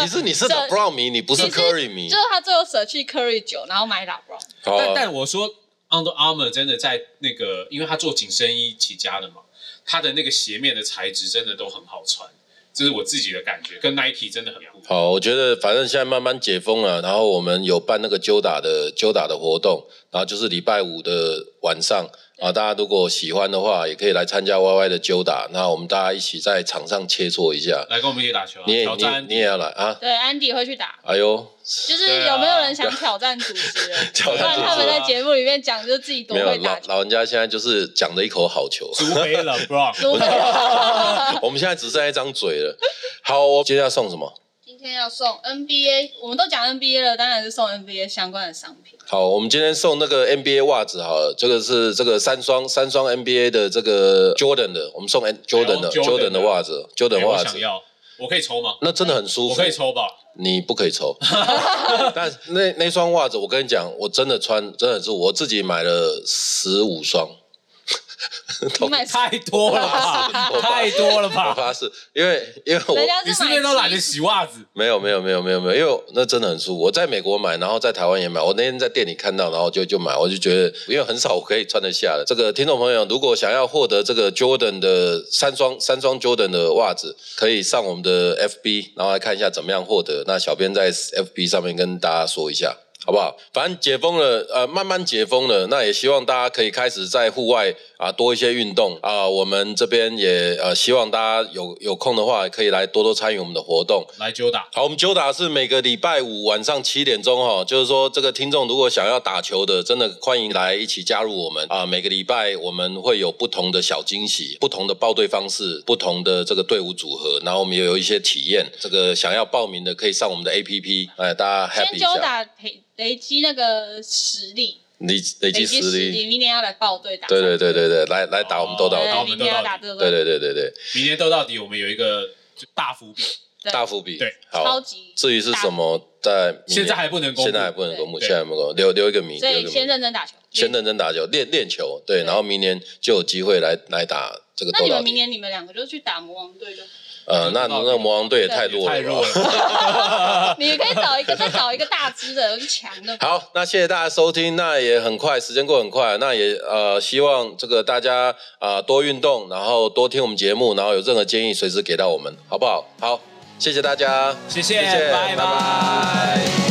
[SPEAKER 1] 其实你是
[SPEAKER 3] 这
[SPEAKER 1] The Brown 迷，你不是
[SPEAKER 3] 其实
[SPEAKER 1] Curry 迷
[SPEAKER 3] 就是。他最后舍去 Curry 九，然后买 l 布 b
[SPEAKER 1] 好
[SPEAKER 2] 但
[SPEAKER 1] 啊，
[SPEAKER 2] 但我说 Under Armour 真的在那个，因为他做紧身衣起家的嘛，他的那个鞋面的材质真的都很好穿，这是我自己的感觉，跟 Nike 真的很不一样。
[SPEAKER 1] 好，我觉得反正现在慢慢解封了，然后我们有办那个揪打的揪打的活动，然后就是礼拜五的晚上啊，大家如果喜欢的话，也可以来参加 YY 的揪打。那我们大家一起在场上切磋一下，
[SPEAKER 2] 来跟我们一起打球啊，
[SPEAKER 1] 你也
[SPEAKER 2] 挑战
[SPEAKER 1] 你你也要来啊？
[SPEAKER 3] 对，Andy 会去打。
[SPEAKER 1] 哎呦，
[SPEAKER 3] 就是
[SPEAKER 2] 对啊
[SPEAKER 3] 有没有人想挑战主持 人？
[SPEAKER 1] 挑
[SPEAKER 3] 不
[SPEAKER 1] 战
[SPEAKER 3] 然
[SPEAKER 1] 主
[SPEAKER 3] 他
[SPEAKER 1] 持
[SPEAKER 3] 们
[SPEAKER 1] 人啊
[SPEAKER 3] 在节目里面讲，就自己多
[SPEAKER 1] 没有
[SPEAKER 3] 会
[SPEAKER 1] 老
[SPEAKER 3] 打球。
[SPEAKER 1] 老人家现在就是讲的一口好球。
[SPEAKER 2] 竹北 LeBron。
[SPEAKER 3] 如果
[SPEAKER 1] 我们现在只剩下一张嘴了。好，我接下来送什么？
[SPEAKER 3] 今天要送 NBA，我们都讲 NBA 了，当然是送 NBA 相关的商 品。
[SPEAKER 1] 好，我们今天送那个 NBA 袜子好了，这个是这个三双三双 NBA 的这个 Jordan 的，我们送 N- Jordan 的
[SPEAKER 2] 哎呦
[SPEAKER 1] Jordan 的袜子，Jordan
[SPEAKER 2] 哎我
[SPEAKER 1] 袜
[SPEAKER 2] 想
[SPEAKER 1] 子，
[SPEAKER 2] 要，我可以抽吗？
[SPEAKER 1] 那真的很舒
[SPEAKER 2] 我
[SPEAKER 1] 服
[SPEAKER 2] 可以。抽吧？
[SPEAKER 1] 你不可以 抽，但那那双袜子，我跟你讲，我真的穿，真的是我自己买了十五 双，
[SPEAKER 3] 你买
[SPEAKER 2] 太多了吧， 太多了
[SPEAKER 1] 我
[SPEAKER 2] 吧？
[SPEAKER 1] 发誓，因为因为我
[SPEAKER 3] 人家
[SPEAKER 2] 你
[SPEAKER 3] 是
[SPEAKER 2] 是不
[SPEAKER 3] 买
[SPEAKER 2] 是都懒
[SPEAKER 3] 七
[SPEAKER 2] 得洗袜子？
[SPEAKER 1] 没有没有没有没有没有，因为我那真的很舒服。我在美国买，然后在台湾也买。我那天在店里看到，然后就就买，我就觉得因为很少我可以穿得下的。这个听众朋友，如果想要获得这个 Jordan 的三双三双 Jordan 的袜子，可以上我们的 FB，然后来看一下怎么样获得。那小编在 FB 上面跟大家说一下。好不好？反正解封了，呃，慢慢解封了，那也希望大家可以开始在户外啊多一些运动啊。我们这边也呃希望大家有有空的话，可以来多多参与我们的活动。
[SPEAKER 2] 来揪打，
[SPEAKER 1] 好，我们九打是每个礼拜五晚上七点钟哈，就是说这个听众如果想要打球的，真的欢迎来一起加入我们啊！每个礼拜我们会有不同的小惊喜、不同的报队方式、不同的这个队伍组合，然后我们也有一些体验。这个想要报名的可以上我们的 APP，哎，大家 happy
[SPEAKER 3] 先
[SPEAKER 1] 一
[SPEAKER 3] 九
[SPEAKER 1] 下，
[SPEAKER 3] 打培累积那个实力，
[SPEAKER 1] 累累积
[SPEAKER 3] 累积
[SPEAKER 1] 实
[SPEAKER 3] 实
[SPEAKER 1] 力。
[SPEAKER 3] 力，明年要来报队打。
[SPEAKER 1] 对对对对对，来来打我们都打，
[SPEAKER 2] 对
[SPEAKER 1] 打
[SPEAKER 2] 我
[SPEAKER 1] 我们
[SPEAKER 2] 们
[SPEAKER 3] 明
[SPEAKER 2] 都
[SPEAKER 3] 年要
[SPEAKER 2] 打
[SPEAKER 3] 打这
[SPEAKER 1] 对
[SPEAKER 3] 个
[SPEAKER 1] 对对对对，
[SPEAKER 2] 明年斗到底，我们有一个就大伏笔，
[SPEAKER 1] 大伏笔
[SPEAKER 2] 对，
[SPEAKER 1] 好
[SPEAKER 3] 超。级。
[SPEAKER 1] 至于是什么，在明年
[SPEAKER 2] 现在还不能公布
[SPEAKER 1] 现在还不能公布，
[SPEAKER 2] 对
[SPEAKER 1] 现在还不能公布，留留一个谜，
[SPEAKER 3] 所
[SPEAKER 1] 留一
[SPEAKER 3] 以
[SPEAKER 1] 个谜
[SPEAKER 3] 先认真打球。
[SPEAKER 1] 先认真打球，练练球，对，
[SPEAKER 3] 对
[SPEAKER 1] 然后明年就有机会来来打这个
[SPEAKER 3] 那
[SPEAKER 1] 斗
[SPEAKER 3] 你
[SPEAKER 1] 到
[SPEAKER 3] 们明
[SPEAKER 1] 底。
[SPEAKER 3] 年你们两个就去打魔王队就好，
[SPEAKER 1] 呃，那
[SPEAKER 2] 斗到底
[SPEAKER 1] 那魔王队也太
[SPEAKER 2] 也
[SPEAKER 1] 弱
[SPEAKER 2] 太
[SPEAKER 1] 了
[SPEAKER 2] 弱
[SPEAKER 1] 吧。
[SPEAKER 2] 了。
[SPEAKER 3] 你可以找一个再找一个大只的，就强的。
[SPEAKER 1] 好，那谢谢大家收听，那也很快，时间过很快，那也呃希望这个大家啊、呃多运动，然后多听我们节目，然后有任何建议随时给到我们，好不好？好，谢谢大家，
[SPEAKER 2] 谢谢，
[SPEAKER 1] 谢谢
[SPEAKER 2] 拜
[SPEAKER 1] 拜拜
[SPEAKER 2] 拜